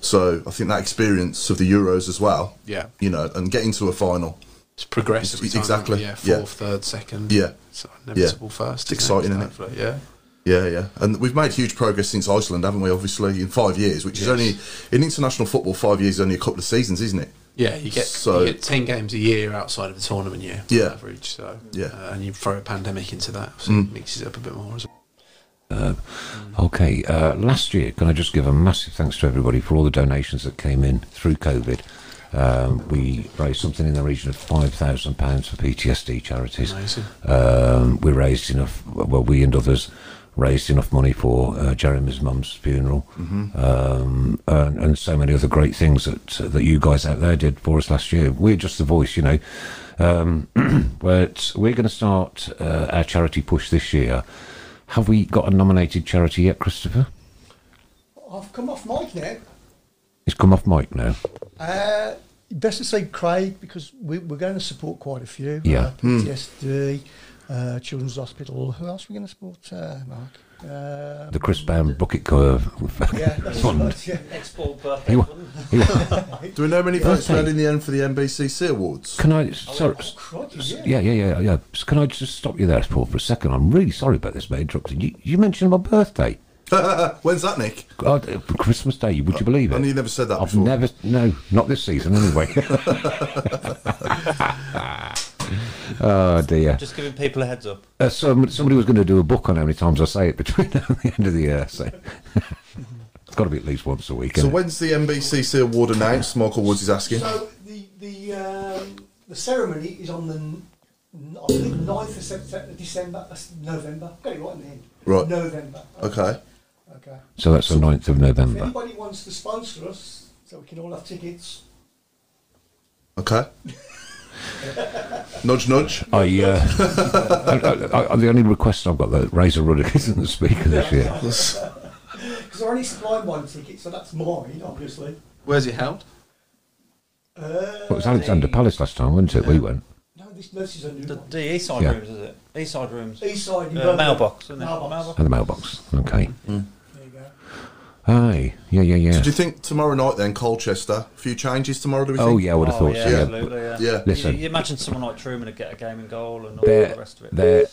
So I think that experience of the Euros as well,
Yeah.
you know, and getting to a final,
It's progressive,
It's- exactly,
Yeah,
yeah.
fourth, third, second.
Yeah.
so inevitable first.
It's
isn't
exciting,
it? Yeah,
yeah, yeah, and we've made huge progress since Iceland, haven't we? Obviously, in five years, which is
Yes.
only in international football, five years is only a couple of seasons, isn't it?
yeah. You get
So-
you get ten games a year outside of the tournament year,
Yeah.
average. So
Yeah. Mm.
uh, and you throw a pandemic into that, so it mixes it up a bit more as well.
Okay, uh, last year, can I just give a massive thanks to everybody for all the donations that came in through COVID? Um, we raised something in the region of five thousand pounds for PTSD charities.
Amazing.
Um, we raised enough. Well, we and others raised enough money for uh, Jeremy's mum's funeral, um, and, and so many other great things that that you guys out there did for us last year. We're just the voice, you know. Um, but we're going to start uh, our charity push this year. Have we got a nominated charity yet, Christopher?
I've come off mic now.
It's come off mic now.
Uh, best to say Craig because we, we're going to support quite a few.
Yeah. Hmm.
Uh, PTSD, uh, Children's Hospital. Who else are we going to support, uh, Mark? Uh,
The Chris Bam bucket curve
yeah, that's
fund.
right, yeah.
Export
He
perfect.
wa- he wa-
Do we know how many
Yeah, I
votes we had
think-
in the end for the NBCC awards?
Can I? Sorry.
Oh, crikey, yeah.
Yeah, yeah, yeah, yeah. So Can I just stop you there, Paul, for a second? I'm really sorry about this, mate. Interrupting you. You mentioned my birthday,
When's that, Nick?
God, uh, Christmas Day. Would you believe it?
and you never said that
I've
before.
never. No, not this season. Anyway. oh dear.
Just giving people a heads up.
Uh, some, somebody was going to do a book on how many times I say it between now and the end of the year. So it's got to be at least once a week.
So
innit?
when's the NBCC award announced? Michael Woods is asking.
So the the um, the ceremony is on the n- I think 9th of September, December, uh, November. Got it right in the end.
Right.
November.
Okay.
Okay.
So that's the 9th of
If
November.
anybody wants to sponsor us, so we can all have tickets.
Okay. nudge, nudge.
I, uh, I, I, I, the only request I've got that Razor Ruddock isn't the speaker this year.
Because I only supplied one ticket, so that's mine, obviously.
Where's it held?
Uh,
Well, it was Alexander Palace last time, wasn't it? We went.
no, this, this is a new
The,
one.
the east side
Yeah.
rooms, is it? East side rooms.
East side in
Uh,
Birmingham.
mailbox, isn't it?
Mailbox.
Mailbox.
And the mailbox. Okay.
There you go.
Aye. Yeah, yeah, yeah.
So do you think tomorrow night then Colchester? A few changes tomorrow? Do we think?
Oh, yeah, I would have
Oh,
thought
yeah,
so. Yeah.
absolutely, yeah.
Yeah.
Listen.
You, you imagine someone like Truman would get a game and goal and all
They're,
the rest of it.
they're.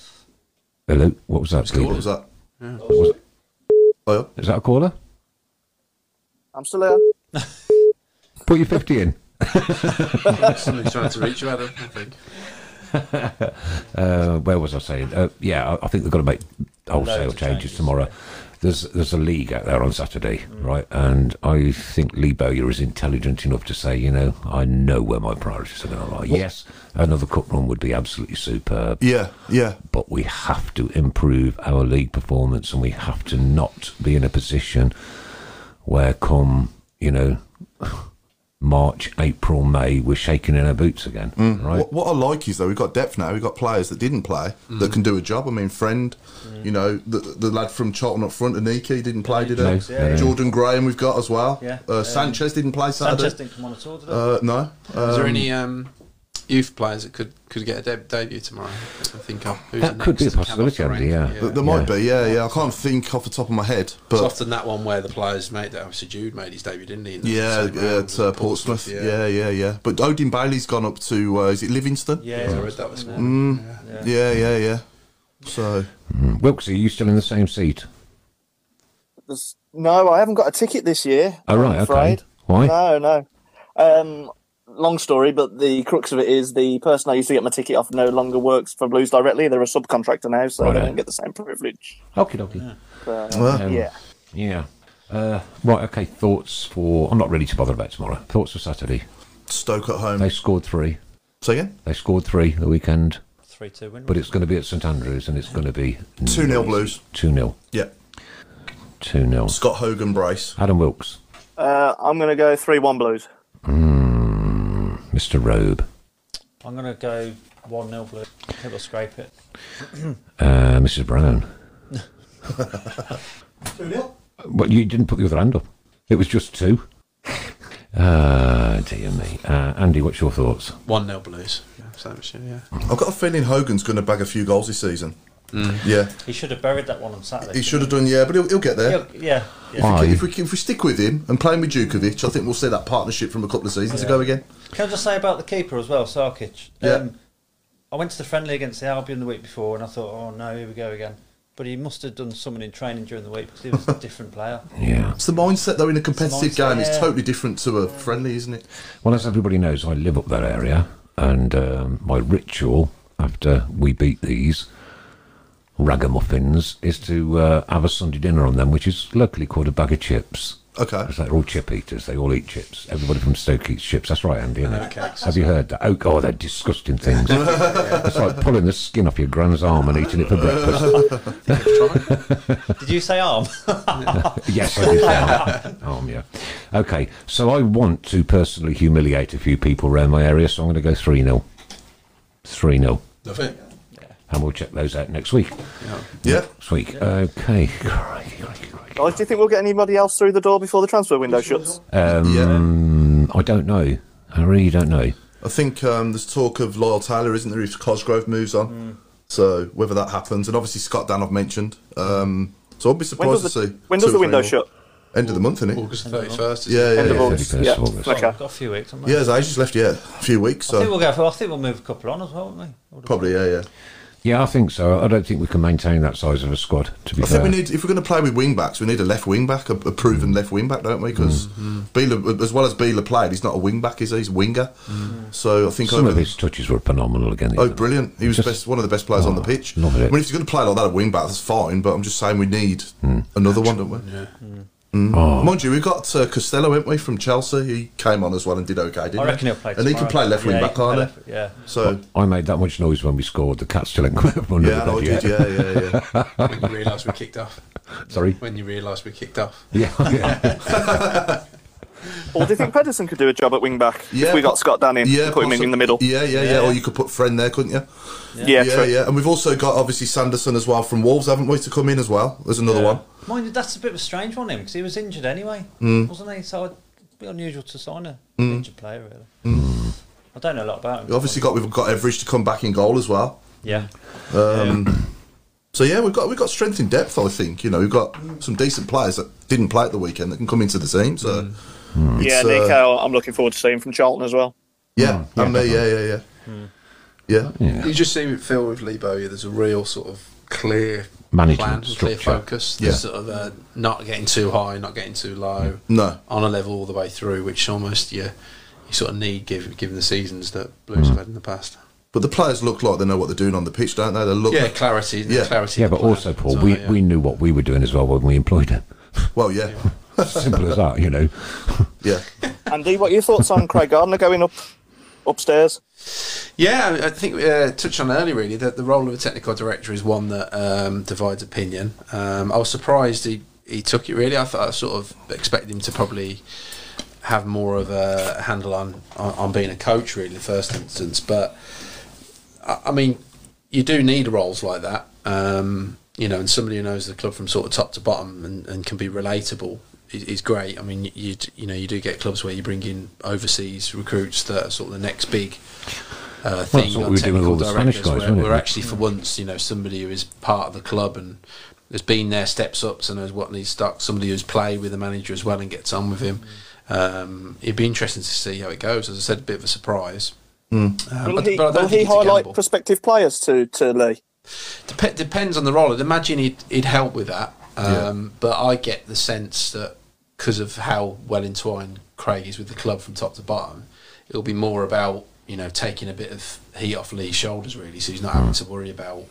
Hello? What was that,
What
Peter?
was that?
Was it-
Oh,
Is that a caller?
I'm still here.
Put your 50 in.
Somebody's trying to reach you, Adam. I think.
Uh, where was I saying? Uh, yeah, I, I think they've got to make wholesale
Loads
changes,
of changes,
tomorrow.
yeah.
There's there's a league out there on Saturday, right? And I think Lee Bowyer is intelligent enough to say, you know, I know where my priorities are going to lie. Yes, another cup run would be absolutely superb,
yeah, yeah.
but we have to improve our league performance, and we have to not be in a position where, come you know, March, April, May, we're shaking in our boots again, right?
What, what I like is though we've got depth now. We've got players that didn't play
Mm.
that can do a job. I mean, friend,
Mm.
you know, the, the lad from Charlton up front, Aniki didn't play, did he?
No, yeah, yeah.
Jordan Graham we've got as well.
Yeah.
Uh,
Um,
Sanchez didn't play Saturday.
Sanchez didn't come on at all, did it?
Uh, no. Uh,
Is there any um, youth players that could could get a deb debut tomorrow? I think of who's
That
the
could be
next
a
to come off
possibility,
the rank.
Andy, yeah.
th- there might
Yeah.
be. Yeah, yeah. I can't think off the top of my head,
It's
but
often that one where the players made that. Obviously, Jude made his debut, didn't he? in the
yeah,
same
yeah,
round
at
as
uh, Portsmouth. Yeah. yeah, yeah, But Odin Bailey's gone up to uh, is it Livingston?
yeah,
I read that was
Yeah.
Mm,
Yeah.
yeah, yeah, yeah. So
Mm. Wilkes, are you still in the same seat?
There's, no, I haven't got a ticket this year.
Oh,
I'm
right, okay.
afraid.
Why?
No, no. Um, long story, but the crux of it is the person I used to get my ticket off no longer works for Blues directly. They're a subcontractor now, so
Right.
they don't get the same privilege.
Okie dokie.
So,
Well. um,
yeah.
Yeah. Uh, right, okay, thoughts for. I'm not really too bothered about tomorrow. Thoughts for Saturday.
Stoke at home.
They scored three.
So again,
They scored three the weekend,
Three two win.
but it's going to be at St Andrews and it's going to be
2 0 Blues.
Two 0
Yeah.
Two 0
Scott Hogan brace.
Adam Wilkes,
Uh, I'm going to go 3 1 Blues.
Mr. Robe,
I'm gonna go one 0 blue. It'll scrape it.
uh, Mrs. Brown.
2 0.
Well, you didn't put the other hand up. It was just two. Ah, dear me. Uh, Andy, what's your thoughts?
1 0 Blues. Yeah, so much, yeah.
I've got a feeling Hogan's going to bag a few goals this season. Yeah,
He should have buried that one on Saturday.
he should have done. Yeah, but he'll, he'll get there.
Yeah, yeah. yeah.
Why?
If we, if we stick with him and playing with Djukovic, I think we'll see that partnership from a couple of seasons ago again.
Can I just say about the keeper as well, Sarkic? Um,
Yeah.
I went to the friendly against the Albion the week before, and I thought, oh no, here we go again. But he must have done something in training during the week because he was a different player.
Yeah.
It's the mindset though in a competitive
mindset,
game. It's
yeah.
totally different to a friendly, isn't it?
Well, as everybody knows, I live up that area, and um, my ritual after we beat these ragamuffins is to uh, have a Sunday dinner on them, which is locally called a bag of chips.
Okay.
Because they're all chip eaters. They all eat chips. Everybody from Stoke eats chips. That's right, Andy.
Mm.
Isn't it?
oatcakes.
Have you heard that? Oh, God, they're disgusting things. it's like pulling the skin off your grand's arm and eating it for breakfast.
Did you say arm?
yes, I did. say that. arm, yeah. Okay, so I want to personally humiliate a few people around my area, so I'm going to go 3 0. 3 0.
Love it.
And we'll check those out next week.
Yeah.
Next week. Okay. Crikey, crikey, crikey.
Guys, do you think we'll get anybody else through the door before the transfer window shuts?
Um, I don't know. I really don't know.
I think um, there's talk of Lyle Taylor, isn't there, if Cosgrove moves on?
Hmm.
So whether that happens, and obviously Scott Dan I've mentioned. Um, so I'd be
When
surprised
does
to see.
the, when
two
does the
or three
window
more.
shut?
End of the month, isn't it?
August 31st.
Yeah, yeah,
End of
yeah.
August.
31st
Yeah.
of August.
Okay.
I've Oh, got a few weeks. haven't I?
Yeah, his age is left. Yeah, a few weeks.
I think
So
we'll go for. I think we'll move a couple on as well, won't we? Would've-
probably, yeah, yeah.
Yeah, I think so. I don't think we can maintain that size of a squad, to be
I
fair.
think we need, if we're going to play with wing backs, we need a left wing back, a, a proven left wing back, don't we? Because Bieler, as well as Bieler played, he's not a wing back, is he? He's a winger. So I think
Some
over
of
the-
his touches were phenomenal again.
Oh,
isn't it?
brilliant! He was
Just-
best, one of the best players on the pitch.
love
I
it.
mean, if you're going to play like that at wing back, that's fine. But I'm just saying we need another one, don't we? Hmm.
Yeah.
Oh,
Mind you, we got uh, Costello, went we, from Chelsea? He came on as well and did okay, didn't
I
he?
reckon he'll play.
And he can
tomorrow.
play left wing
Yeah,
back,
can play
can't he?
left- Yeah.
So
I made that much noise when we scored. The cat still ain't come up under the
yeah, no, I
bed
did,
yet.
yeah, yeah, yeah.
when you realise we kicked off.
Sorry.
When you realise we kicked off.
Yeah. yeah.
Or do you think Pedersen could do a job at wing back
Yeah,
if we
po-
got Scott Dan in
Yeah,
and put him in
possi-
in the middle?
Yeah, yeah, yeah, Or you could put Friend there, couldn't you?
Yeah,
yeah,
true.
yeah. And we've also got obviously Sanderson as well from Wolves, haven't we? To come in as well. There's another one.
Mind you, that's a bit of a strange one him because he was injured anyway,
Hmm.
wasn't he? So it'd be unusual to sign a injured player really. I don't know a lot about him.
We Hmm. obviously got we've got Everidge to come back in goal as well.
Yeah.
um, So yeah, we've got we've got strength in depth. I think you know we've got some decent players that didn't play at the weekend that can come into the team. So
Hmm. Yeah,
It's, uh,
Nico, I'm looking forward to seeing from Charlton as well.
yeah,
yeah,
and me, yeah, yeah, yeah, yeah.
Yeah.
You just see with Phil with Lee Bowyer, there's a real sort of clear
Management
plan,
structure.
clear focus.
Yeah.
There's sort of uh, not getting too high, not getting too low.
Mm.
No.
On a level all the way through, which almost you, you sort of need given, given the seasons that
Mm.
Blues have had in the past.
But the players look like they know what they're doing on the pitch, don't they? They look
Yeah, clarity.
Yeah.
clarity
Yeah,
of the
but
plan
also,
as
Paul,
well,
we,
yeah.
we knew what we were doing as well when we employed him.
well, yeah,
Simple as that, you know.
yeah.
Andy, what are your thoughts on Craig Gardner going up upstairs?
Yeah, I think uh, touched on earlier really that the role of a technical director is one that um, divides opinion. Um, I was surprised he, he took it really. I thought I sort of expected him to probably have more of a handle on on, on being a coach really in the first instance, but I, I mean you do need roles like that. Um, you know, and somebody who knows the club from sort of top to bottom and, and can be relatable is, is great. I mean, you you know you do get clubs where you bring in overseas recruits that are sort of the next big uh,
Well,
thing
that's what
on
we were doing with all
technical
the Spanish
directors.
guys,
where
wasn't it?
we're actually, for once, you know, somebody who is part of the club and has been there, steps up, and knows what needs stuck. Somebody who's played with the manager as well and gets on with him. Um, it'd be interesting to see how it goes. As I said, a bit of a surprise. Um,
Will
but-
he,
but I don't
will
think
he
it's a
highlight
gamble.
prospective players to, to Lee?
Dep- depends on the role. I'd imagine he'd, he'd help with that. Um, But I get the sense that because of how well entwined Craig is with the club from top to bottom, it'll be more Mm. about you know taking a bit of heat off Lee's shoulders really, so he's not having to worry about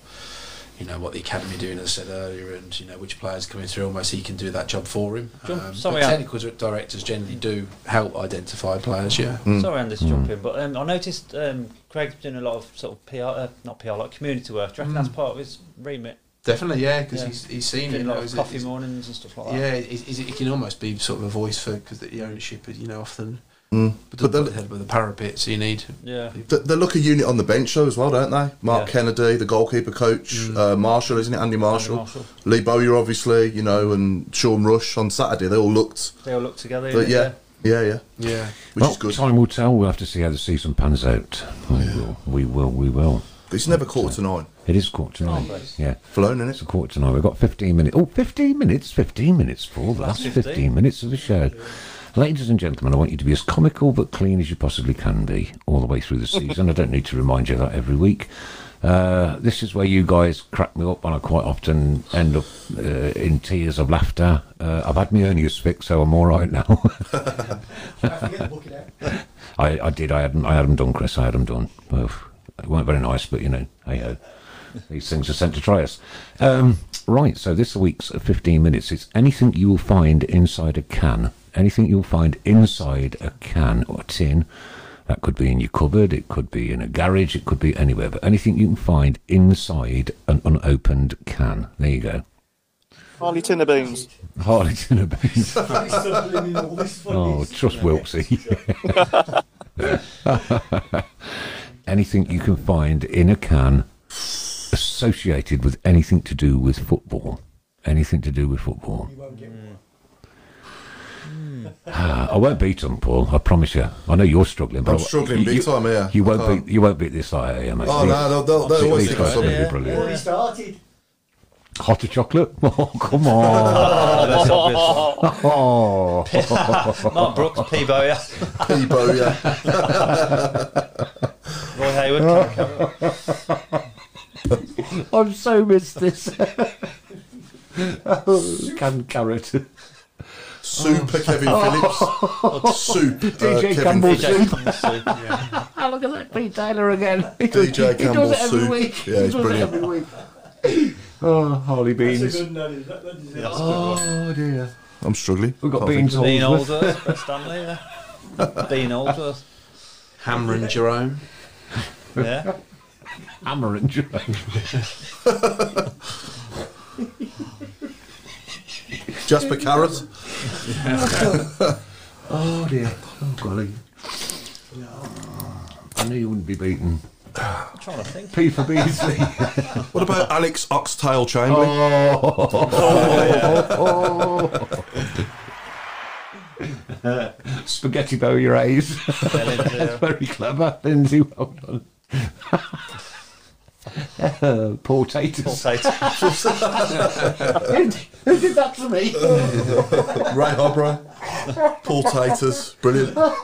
you know what the academy are doing, as I said earlier, and you know which players coming through. Almost he can do that job for him.
John,
Um,
sorry,
but
I-
technical dir- directors generally do help identify players. Yeah,
hmm.
Sorry, I'm just jumping, but um, I noticed um, Craig's doing a lot of sort of PR, uh, not PR, like community work. Do you reckon that's part of his remit?
definitely. Yeah, because
Hmm. Yeah.
he's he's seen
Doing
it.
a lot
knows
of
it,
coffee
he's-
mornings and stuff like that.
Yeah, it, it, it can almost be sort of a voice for because the ownership, you know, often. Hmm. But,
But
but
then-
the head with the parapet, so you need
Yeah.
They, they look a unit on the bench though as well, don't they? Mark
Yeah.
Kennedy, the goalkeeper coach, uh, Marshall, isn't it? Andy Marshall,
Marshall.
Lee Bowyer, obviously, you know, and Sean Rush on Saturday. They all looked,
They all look together.
but
innit?
yeah, yeah, yeah,
yeah.
which
well,
is good.
Time will tell. We'll have to see how the season pans out. We will. We will. We will.
It's never quarter to nine.
It is quarter to nine.
nice.
yeah.
Flown in it.
It's a quarter to nine. We've got 15 minutes. Oh, 15 minutes. 15 minutes for the last
Last
15.
15
minutes of the show. Ladies and gentlemen, I want you to be as comical but clean as you possibly can be all the way through the season. I don't need to remind you of that every week. Uh, this is where you guys crack me up, and I quite often end up uh, in tears of laughter. Uh, I've had my hernias fixed, so I'm all right now.
I forget to book it out.
I, I did. I had, 'em- I had 'em done, Chris. I had 'em done. Well, it weren't very nice, but you know, hey ho. These things are sent to try us. Um, right, so this week's 15 minutes is anything you will find inside a can. Anything you'll find inside a can or a tin. That could be in your cupboard, it could be in a garage, it could be anywhere, but anything you can find inside an unopened can. There you go.
Harley Tinner Beans.
Harley Tinner Beans.
Pretty subliminal, this is what it
Oh,
is.
trust Wiltsy. anything you can find in a can associated with anything to do with football. Anything to do with football.
You won't get
Mm.
one.
Ah, I won't beat them, Paul. I promise you. I know you're struggling. But
I'm
I w-
struggling
you,
big
you-
time here.
You won't
I can't.
beat. You won't beat this like here, mate.
Oh,
These-
no, they'll, they'll,
these
they always think
guys
of
are gonna be
Yeah.
something.
brilliant.
Already started.
Hotter chocolate. Oh, come on.
Oh, that's obvious.
oh.
Mark Brooks, Peebo, yeah.
Peebo, yeah.
Roy Hayward. Craig Cameron.
I've so missed this. Oh, Canned carrot.
Super Kevin Phillips. Soup uh,
DJ Oh.
Kevin
Campbell
Phillips.
DJ comes to- yeah.
Oh, look at that, Pete Taylor again.
DJ Campbell
does it every
soup.
week.
Yeah,
he
he's
does it
brilliant.
every week. Oh, Harley
That's a
Beans.
good no, that, that is it.
Oh, dear.
I'm struggling.
We've got
Can't
Beans
Dean
Holdsworth.
Aldworth, Brett Stanley, yeah. Dean Aldworth,
Hammer and Jerome.
yeah.
Hammer and Jerome.
think. Jasper Carrot.
Oh, dear. Oh, golly. I knew you wouldn't be beaten.
I'm trying to think.
P for Beasley. Oh.
What about Alex Oxtail Chamberlain?
Spaghetti bow your eyes.
Ellen, yeah. uh,
Very clever, Lindsay. Well done. uh, Paul
Paul
Taters.
Tate.
Who did that to me? Oh.
Ray Hobra, Paul Taters, brilliant.
That's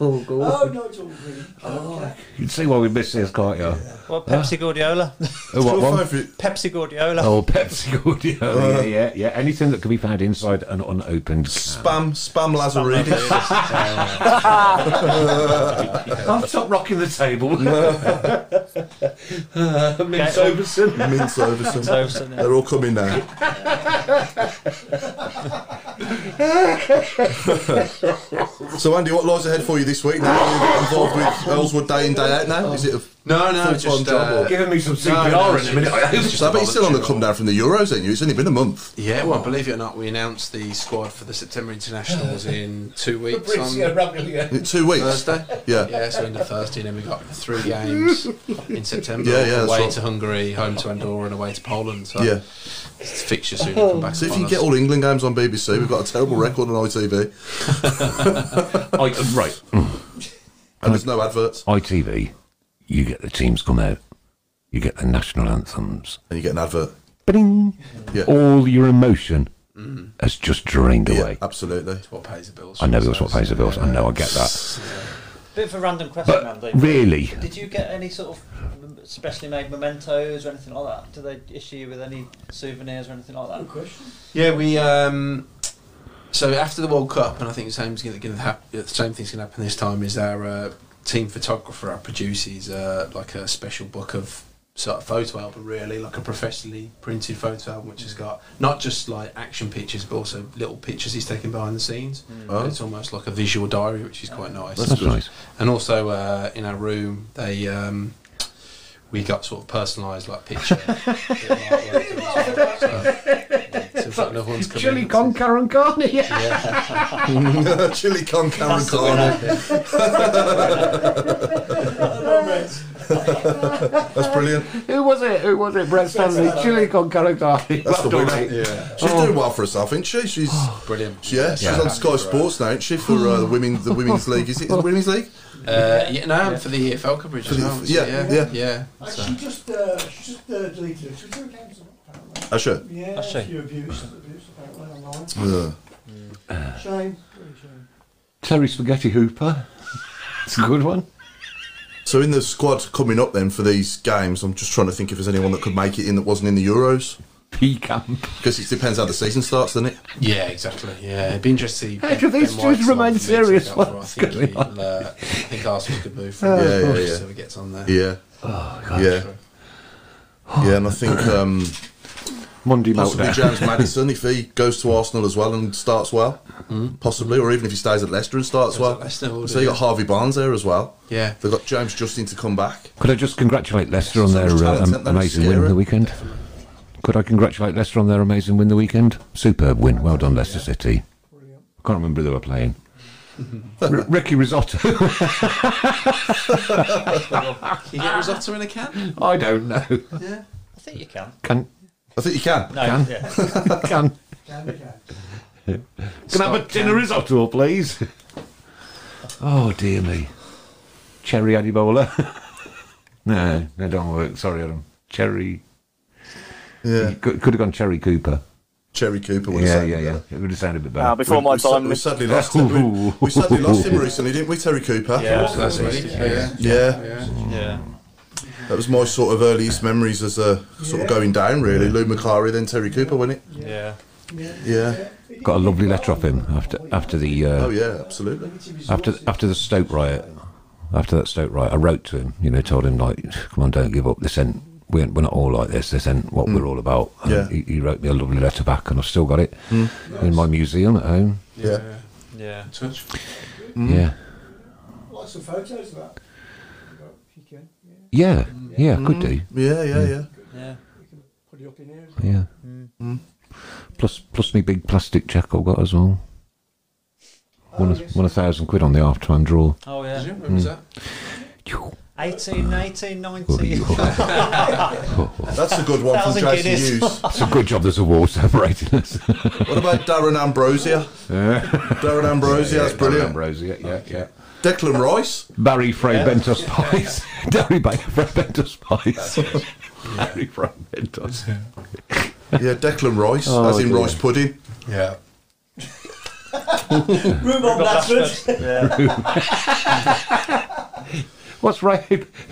a
oh,
good no, that.
God.
Oh, no, it's all green.
Oh.
You'd see why we missed this, can't you?
What, Pepsi Guardiola?
Oh, what
Your
one?
favourite-
Pepsi Guardiola.
Oh, Pepsi Audio. yeah, yeah, yeah. Anything that can be found inside an unopened can.
Spam, Spam Lazaridis.
I'll stop rocking the table. Uh, Mince
Okay.
Overson.
Mince Overson.
So, yeah.
They're all coming now. so Andy, what lies ahead for you this week? Now you're involved with Ellswood day in day out. Now is it? A,
No, no,
Full-time
just
job,
uh,
or-
Giving me some
No,
CPR
no,
in a minute. I hope.
just
so I bet you're still on the come down from the Euros, ain't you? It's only been a month.
Yeah, well, believe it or not, we announced the squad for the September internationals in two weeks on
Is it two weeks.
Thursday.
Yeah.
yeah. So into Thursday, and then we got three games in September.
Yeah, yeah, that's
Away
right.
to Hungary, home to Andorra, and away to Poland. So
Yeah.
it's a fixture soon. Come back.
See if you
upon
can get
us.
all England games on BBC. We've got a terrible record on ITV,
right.
and there's no adverts,
ITV, you get the teams come out, you get the national anthems,
and you get an advert.
Ba-ding!
Yeah.
all your emotion has just drained away.
Absolutely.
what pays the bills.
I know
shall
that's
we
what
say.
pays the bills. I know, I get that.
Bit of a random question,
But
Andy.
really,
Did you get any sort of specially made mementos or anything like that? Do they issue you with any souvenirs or anything like
Good
that?
question.
Yeah, we. Um, so after the World Cup, and I think the same's going to happen. The same thing's going to happen this time. Is our uh, team photographer I produce is uh, like a special book of sort of photo album, really, like a professionally printed photo album, which has got not just like action pictures, but also little pictures he's taken behind the scenes.
Oh.
It's almost like a visual diary, which is quite nice.
That's nice.
And also uh, in our room, they. Um, we got sort of personalised like picture.
Chili con Karen Carney. Yeah.
Chili con Karen
That's the winner.
Carney. That's brilliant.
Who was it? Who was it? Brett Stanley. Chili con Karen Carney.
uh, That's the
Well done,
winner.
mate.
Yeah,
She's doing well for herself, isn't she? She's
brilliant.
yeah, she's on Sky Sports now, isn't she? For uh, the women, the women's league. Is it the women's league?
Uh, yeah, no, for the Falcon Bridge as
the-
well.
yeah, yeah.
yeah, yeah.
Uh, she just, uh, she just uh, deleted her Twitter account, isn't it, apparently.
Oh, sure.
Yeah,
Has she?
she abused, abused apparently online.
Yeah.
Shame. Really shame.
Terry Spaghetti Hooper. It's a good one.
So in the squad coming up then for these games, I'm just trying to think if there's anyone that could make it in that wasn't in the Euros.
P Camp.
Because it depends how the season starts, doesn't it?
Yeah, exactly. Yeah, it'd be interesting.
How do these two remain serious? What's
I think,
going
he'll, uh, I think Arsenal could move from
yeah,
there
yeah, yeah.
so he gets on there.
Yeah, yeah, yeah. And I think um,
Monday
possibly
Meltdown.
James Madison if he goes to Arsenal as well and starts well, possibly, or even if he stays at Leicester and starts
Goes
well.
at Leicester, will
so
do,
you got
yeah.
Harvey Barnes there as well.
Yeah.
They've got James Justin to come back.
Could I just congratulate Leicester on their
much
uh,
talent,
am-
isn't there?
amazing win
Scary.
the weekend? Could I congratulate Leicester on their amazing win the weekend? Superb win. Well done, Leicester City. I can't remember who they were playing. R- Ricky Risotto.
Can you get risotto in a can?
I don't know.
I think you can.
Can
I think you can.
No,
Can.
yeah.
can
Can, can.
can I have a tin of risotto, please? Oh dear me. Cherry adibola. no, that don't work. Sorry, Adam. Cherry.
Yeah,
Could, could have gone Cherry Cooper.
Cherry Cooper. would have
Yeah,
said
yeah,
that.
yeah. It would have sounded a bit better.
Uh, before my
we,
time,
we sadly lost him. We, we sadly lost him recently, didn't we, Terry Cooper?
Yeah.
Last week. Yeah.
Yeah.
Yeah.
That was my sort of earliest memories as a sort of going down, really. Lou Macari, then Terry Cooper, wasn't it?
Yeah.
Yeah.
Got a lovely letter off him after after the uh,
Oh, yeah, absolutely.
after after the Stoke riot. After that Stoke riot, I wrote to him. You know, told him like, "Come on, don't give up. This ain't we ain't, we're not all like this. This ain't what we're all about." And
Hmm. Yeah. Hmm.
he, he wrote me a lovely letter back, and I've still got it in my museum at home.
Yeah.
Yeah.
Touch. Hmm?
Yeah,
Like some photos of that. If you can,
yeah,
yeah.
yeah. I
Hmm.
Could do.
Mm. Yeah, yeah, yeah.
Yeah.
We can put it up in here.
Yeah.
Hmm.
Plus, plus me big plastic check I've got as well.
Oh,
Won
Oh,
a, won a thousand quid on the half time draw.
Oh,
Did you?
yeah.
When was that?
18, 19, 19.
It's
That's a good one from
Thousand
Jason
guineas.
Hughes. What
Oh, a good job there's a wall separating us.
about Darren Ambrosia? Darren Ambrosia, that's brilliant.
Ambrosia, yeah, yeah.
Declan Rice?
Barry Frey Bentos Pies. Barry Ba- Frey Bentos Pies. Barry Frey Bentos.
Yeah, Declan Rice,
Oh,
as in
dear.
rice pudding.
Yeah.
Rhubarb Blatchford.
Yeah.
What's Ray?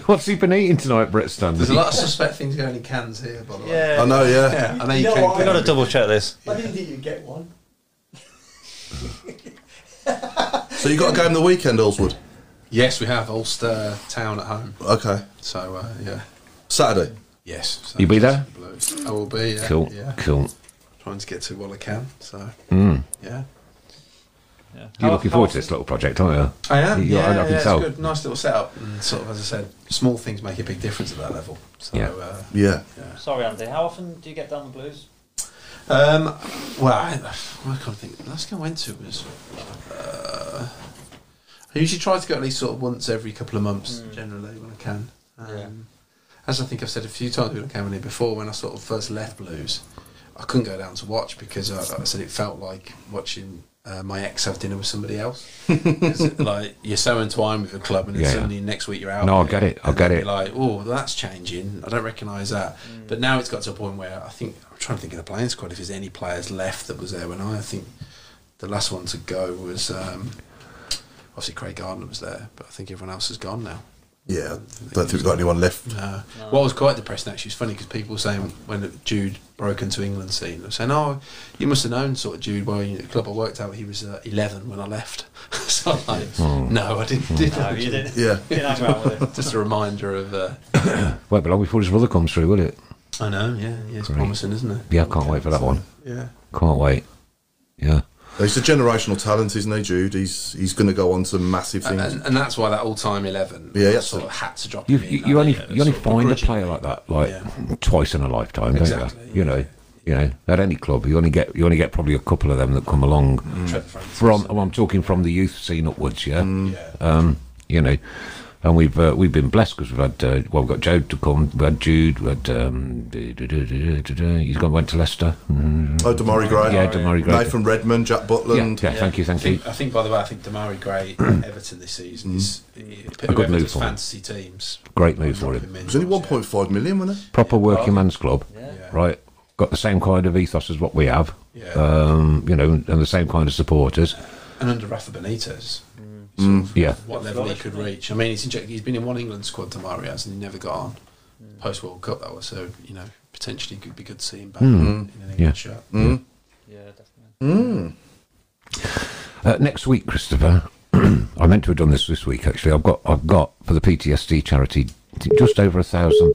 What's he been eating tonight, Brett Stanley?
There's a lot of suspect things going in cans here, by the way.
I
yeah.
know, yeah.
Yeah, I know you
No,
can't
We've got
get
to double check this.
I didn't think you'd get one.
So you got a game the weekend, Oldswood?
Yes, we have Ulster Town at home.
Okay.
So, uh, yeah.
Saturday?
Yes. So
You be there?
Blues. I will be, yeah.
Cool,
Yeah.
cool.
Trying to get to what I can, so.
Hmm.
Yeah.
Yeah.
You're
How-
looking
how
forward
often-
to this little project, aren't you?
I am.
You-
Yeah,
I- I
yeah,
can
it's
tell.
good. Nice little setup. And sort of, as I said, small things make a big difference at that level. So,
Yeah.
uh,
Yeah.
Sorry, Andy. How often do you get down the blues?
um, well, I, I can't think. The last game I went to was. Uh, I usually try to go at least sort of once every couple of months, generally when I can. Um,
Yeah.
As I think I've said a few times when I came in here before, when I sort of first left Blues, I couldn't go down to watch because I, like I said it felt like watching uh, my ex have dinner with somebody else. 'Cause, like you're so entwined with the club, and then
Yeah, yeah.
suddenly next week you're out.
No, I
of
get it, I
and
get
then
it.
you're Like, oh, that's changing. I don't recognise that. But now it's got to a point where I think I'm trying to think of the playing squad. If there's any players left that was there when I, I think the last one to go was um, obviously Craig Gardner was there, but I think everyone else is gone now.
Yeah, don't think we've got anyone left.
Uh, What was quite depressing actually was funny because people were saying when Jude broke into England scene, they were saying, "Oh, you must have known sort of Jude well. You know, the club I worked at, he was uh, 11 when I left." so I'm like, no, I
Hmm.
didn't. didn't
No,
know
you
Jude."
didn't.
Yeah.
You didn't hang around with it.
Just a reminder of. Uh,
Won't be long before his brother comes through, will it?
I know. Yeah, yeah, it's
Great.
promising, isn't it?
Yeah, I can't wait for that one.
Yeah.
Can't wait. Yeah.
He's a generational talent, isn't he, Jude? He's he's going to go on to
Uh,
massive
And,
things.
and, and that's why that all-time eleven,
Yeah, that's
sort
it.
of had to drop.
You,
him in
you,
that
you only
year,
you only
sort of
find a
begrudgingly.
player like that like
Yeah.
twice in a lifetime,
Exactly,
don't
yeah.
you? You know, you know, at any club, you only get you only get probably a couple of them that come along
Trevor Francis.
from. oh, I'm talking from the youth scene upwards, yeah.
Yeah.
Um, you know, and we've uh, we've been blessed because we've had uh, well, we've got Joe to come, we had Jude, we had um, du- du- du- du- du- du- he's gone went to Leicester. Mm.
oh, Damari Gray.
Yeah, Damari Gray.
Nathan Redmond, Jack
Yeah,
Butland.
yeah, thank you,
I
thank you.
think, I think, by the way, I think Damari Gray at Everton this season is
Mm-hmm. A good move
Everton's
for him.
fantasy teams.
Great move for
Drop
him.
in,
It was only
yeah.
1.5 million, wasn't it?
Proper working man's club,
Yeah.
right? Got the same kind of ethos as what we have,
Yeah.
um, you know, and the same kind of supporters.
and under Rafa Benitez,
Mm. Yeah,
what level he could reach. I mean, he's inject- he's been in one England squad to Marias and he never got on post World Cup that was. So you know, potentially could be good to see him back in an England
Mm. Yeah. Mm.
shirt.
Yeah, definitely.
Uh, next week, Christopher. I meant to have done this this week. Actually, I've got I've got for the PTSD charity t- just over a thousand.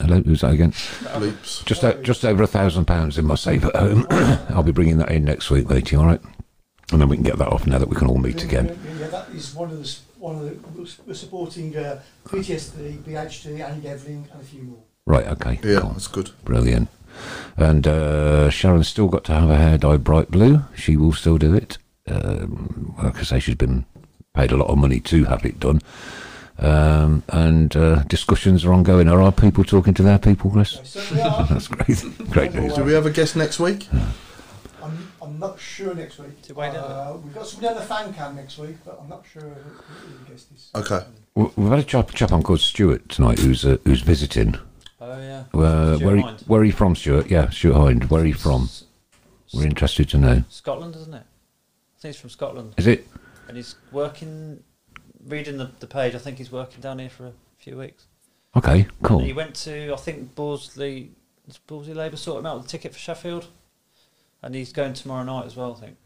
Hello, who's that again?
Bleeps.
Just o- just over a thousand pounds in my safe at home. I'll be bringing that in next week, matey. All right, and then we can get that off now that we can all meet
Yeah,
again.
yeah, that is one of the s- one of the we're supporting uh, PTSD, BHD, and Devlin, and a few more.
Right, okay,
Yeah,
cool.
that's good.
brilliant. And uh, Sharon's still got to have her hair dyed bright blue. She will still do it. Um, like I say, she's been paid a lot of money to have it done. Um, and uh, discussions are ongoing. Are our people talking to their people, Chris?
So we are.
That's great. Great news.
Do we have a guest next week?
I'm, I'm not sure next week.
To wait,
uh, we've got somebody on the fan cam next week, but I'm not sure who, who the guest is.
Okay.
We- We've had a chap, chap on called Stuart tonight who's uh, who's visiting.
Oh yeah.
Uh,
Stuart
where, he,
Hind.
where are you from, Stuart? Yeah, Stuart Hind. Where are you from?
S-
We're interested to know.
Scotland, isn't it? I think he's from Scotland,
Is it?
and he's working, reading the, the page. I think he's working down here for a few weeks.
Okay,
And he
cool.
went to, I think, Borsley, does Borsley Labour sort him out with a ticket for Sheffield, and he's going tomorrow night as well. I think.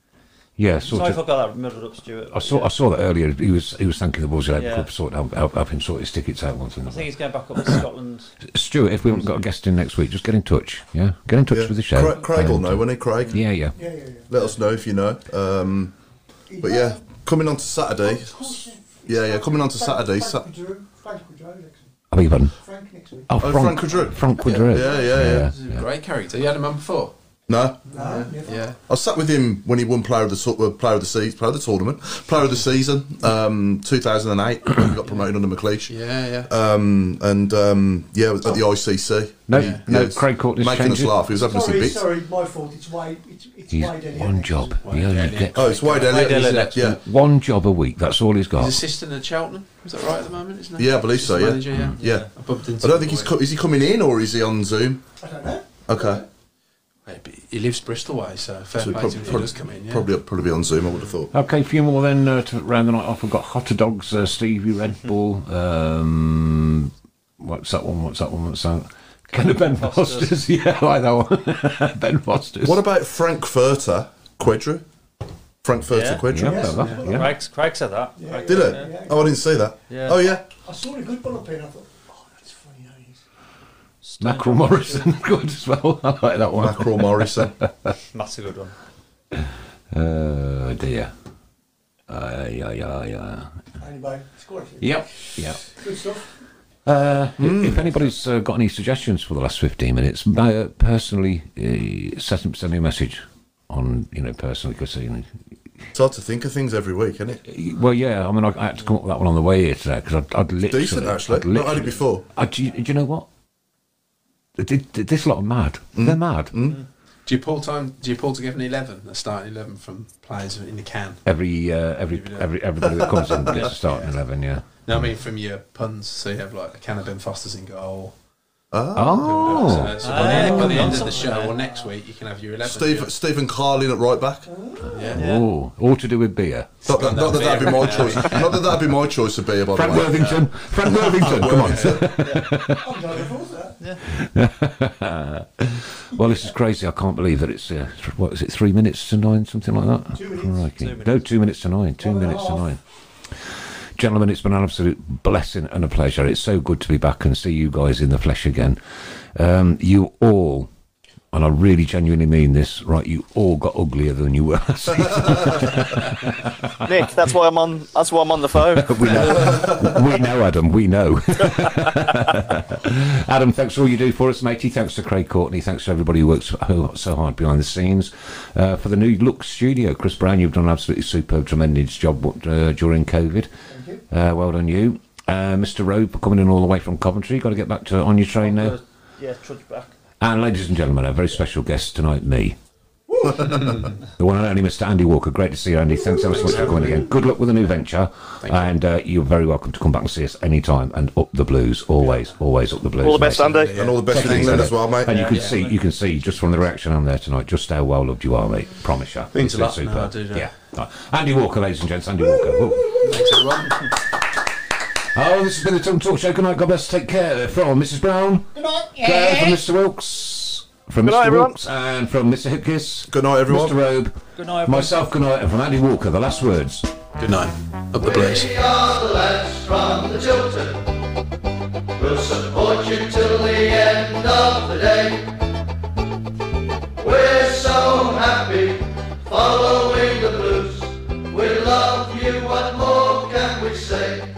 Yeah,
Sorry
sort
if I
of.
got that muddled up, Stuart.
I saw I saw that earlier. He was he was thanking the Wolves Labour
Yeah.
Club for sorting help, help, helping sort his tickets out once and
I think he's going back up to Scotland.
Stuart, if we haven't got a guest in next week, just get in touch. Yeah, get in touch
Yeah.
with the show.
Cra- Craig will
And,
know,
uh,
won't he, Craig?
Yeah, yeah.
Yeah, yeah, yeah.
Let us know if you know. Um,
He-
but yeah, coming on to
Oh,
Saturday.
of course,
Yeah, yeah, coming on to
Frank-
Saturday. Sa-
Frank Woodrow, Frank Woodrow next week.
I beg your pardon.
Frank next week.
Oh,
Oh,
Frank,
Frank Quadroux.
Frank Quadroux.
Yeah, yeah, yeah.
yeah.
He's a great character. You had him on before.
No,
No, never.
Yeah.
I sat with him when he won Player of the Sou- uh, Player of the Season, Player of the Tournament, Player of the Season, um, 2008. when he got promoted under McLeish.
Yeah, yeah.
Um, and um, yeah, at the ICC.
No,
Yeah.
no,
Yes.
Craig caught this
making
change.
us laugh. He was having us in
Sorry,
bits.
sorry, my fault. It's wide. It's, it's
He's
wide. Elliot
one
next
job.
week.
He only
Elliott.
gets
Oh, it's Wade
Wade
Elliott.
Elliott
isn't it?
next
Yeah,
one job a week. That's all he's
He's
got.
assistant at Cheltenham. Is that right at the moment? Isn't he?
Yeah, I believe
He's
so,
the
yeah. Mm,
Manager, yeah.
yeah.
I bumped into
I don't
him
think he's
away.
co- is he coming in or is he on Zoom?
I don't know.
Okay,
Hey, but he lives Bristol way, so fair
So
play
prob-
to him if he
prob-
does come in. Yeah.
probably probably be on Zoom. I would have thought.
Okay, a few more then uh, to round the night off. We've got Hotter Dogs, uh, Stevie Red Bull. Um, what's that one? What's that one? What's that? Kind of Ben
Foster's.
Foster's. Yeah, I like that one. ben Foster's.
What about Frankfurter Quedru? Frankfurter
Yeah.
Quedru.
yeah, yeah. yeah.
Craig, Craig said that.
Yeah,
Craig
Did
said
it?
that,
Yeah.
Oh, I didn't see that.
Yeah.
Oh yeah.
I saw a good one up here and I thought, oh, that's funny. How he is.
Stone
Mackerel Morrison, good as well. I like that one.
Mackerel Morrison.
That's a good one.
Oh dear. Uh, yeah, yeah, yeah.
Anyway, score a few.
Yep, yep.
Good stuff.
Uh, If anybody's uh, got any suggestions for the last fifteen minutes, uh, personally, uh, send, send me a message on you know personally because you know,
It's hard to think of things every week, isn't it?
Well, yeah. I mean, I, I had to come up with that one on the way here today because I'd, I'd literally
Decent, actually.
I'd
Not had it before.
I, do, you, do you know what? Th- th- This lot are mad.
Mm.
They're mad.
Do you pull time? Do you pull together an eleven, a starting eleven from players in the can?
Every uh, every every everybody that comes in gets a start in eleven. Yeah.
No, I mean from your puns. So you have like a can of Ben Foster's in goal,
Oh,
So, so by, the end, by the end of the show or next week, you can have your 11.
Steve, Stephen Carlin at right back.
yeah.
oh, all to do with beer.
Not that, not that that'd be my choice. Not that that'd be my choice of beer, by the
Frank
way.
Worthington. Frank Worthington. Come on.
I'm going for that.
Well, this is crazy. I can't believe that it's uh, th- what is it? Three minutes to nine, something like that.
Two minutes.
Crikey.
Two minutes.
No, two minutes to nine. Two
One and a
minutes to
half.
nine. Gentlemen, it's been an absolute blessing and a pleasure. It's so good to be back and see you guys in the flesh again. Um, you all, and I really genuinely mean this, right? You all got uglier than you were last season.
Nick, that's why I'm on. That's why I'm on the phone.
we know, we know, Adam. We know. Adam, thanks for all you do for us, matey. Thanks to Craig Courtney. Thanks to everybody who works so so hard behind the scenes uh, for the new look studio. Chris Brown, you've done an absolutely superb, tremendous job uh, during COVID. Thank you. Uh, well done, you. Uh, Mr. Rowe for coming in all the way from Coventry. Got to get back to on your train now.
Yeah, trudge back.
And ladies and gentlemen, a very special guest tonight, me. the one and only Mr. Andy Walker. Great to see you, Andy. Thanks ever so much for coming again. Good luck with the new venture. and uh, you're very welcome to come back and see us anytime. And up the blues, always, always up the blues.
All the best,
mate.
Andy.
And all the best in England as well, mate.
And you can see, you can see just from the reaction on there tonight, just how well loved you are, mate. Promise you.
Means
It's
a
been
lot. No, I do, yeah.
Yeah. Right. Andy Walker, ladies and gents. Andy Walker. Woo. Oh, this has been the Tom Talk Show. Good night. God bless. Take care. From Mrs. Brown. Good night. From Mr. Wilkes. From
Good
Mr.
night, everyone.
Wilkes and from Mr. Hipkiss.
Good night, everyone.
Mr. Robe.
Good night, everyone.
Myself, good night. And from Andy Walker, the last words.
Good night. Up the blues.
We are the lads from the Tilton. We'll support you till the end of the day. We're so happy following the blues. We love you, what more can we say?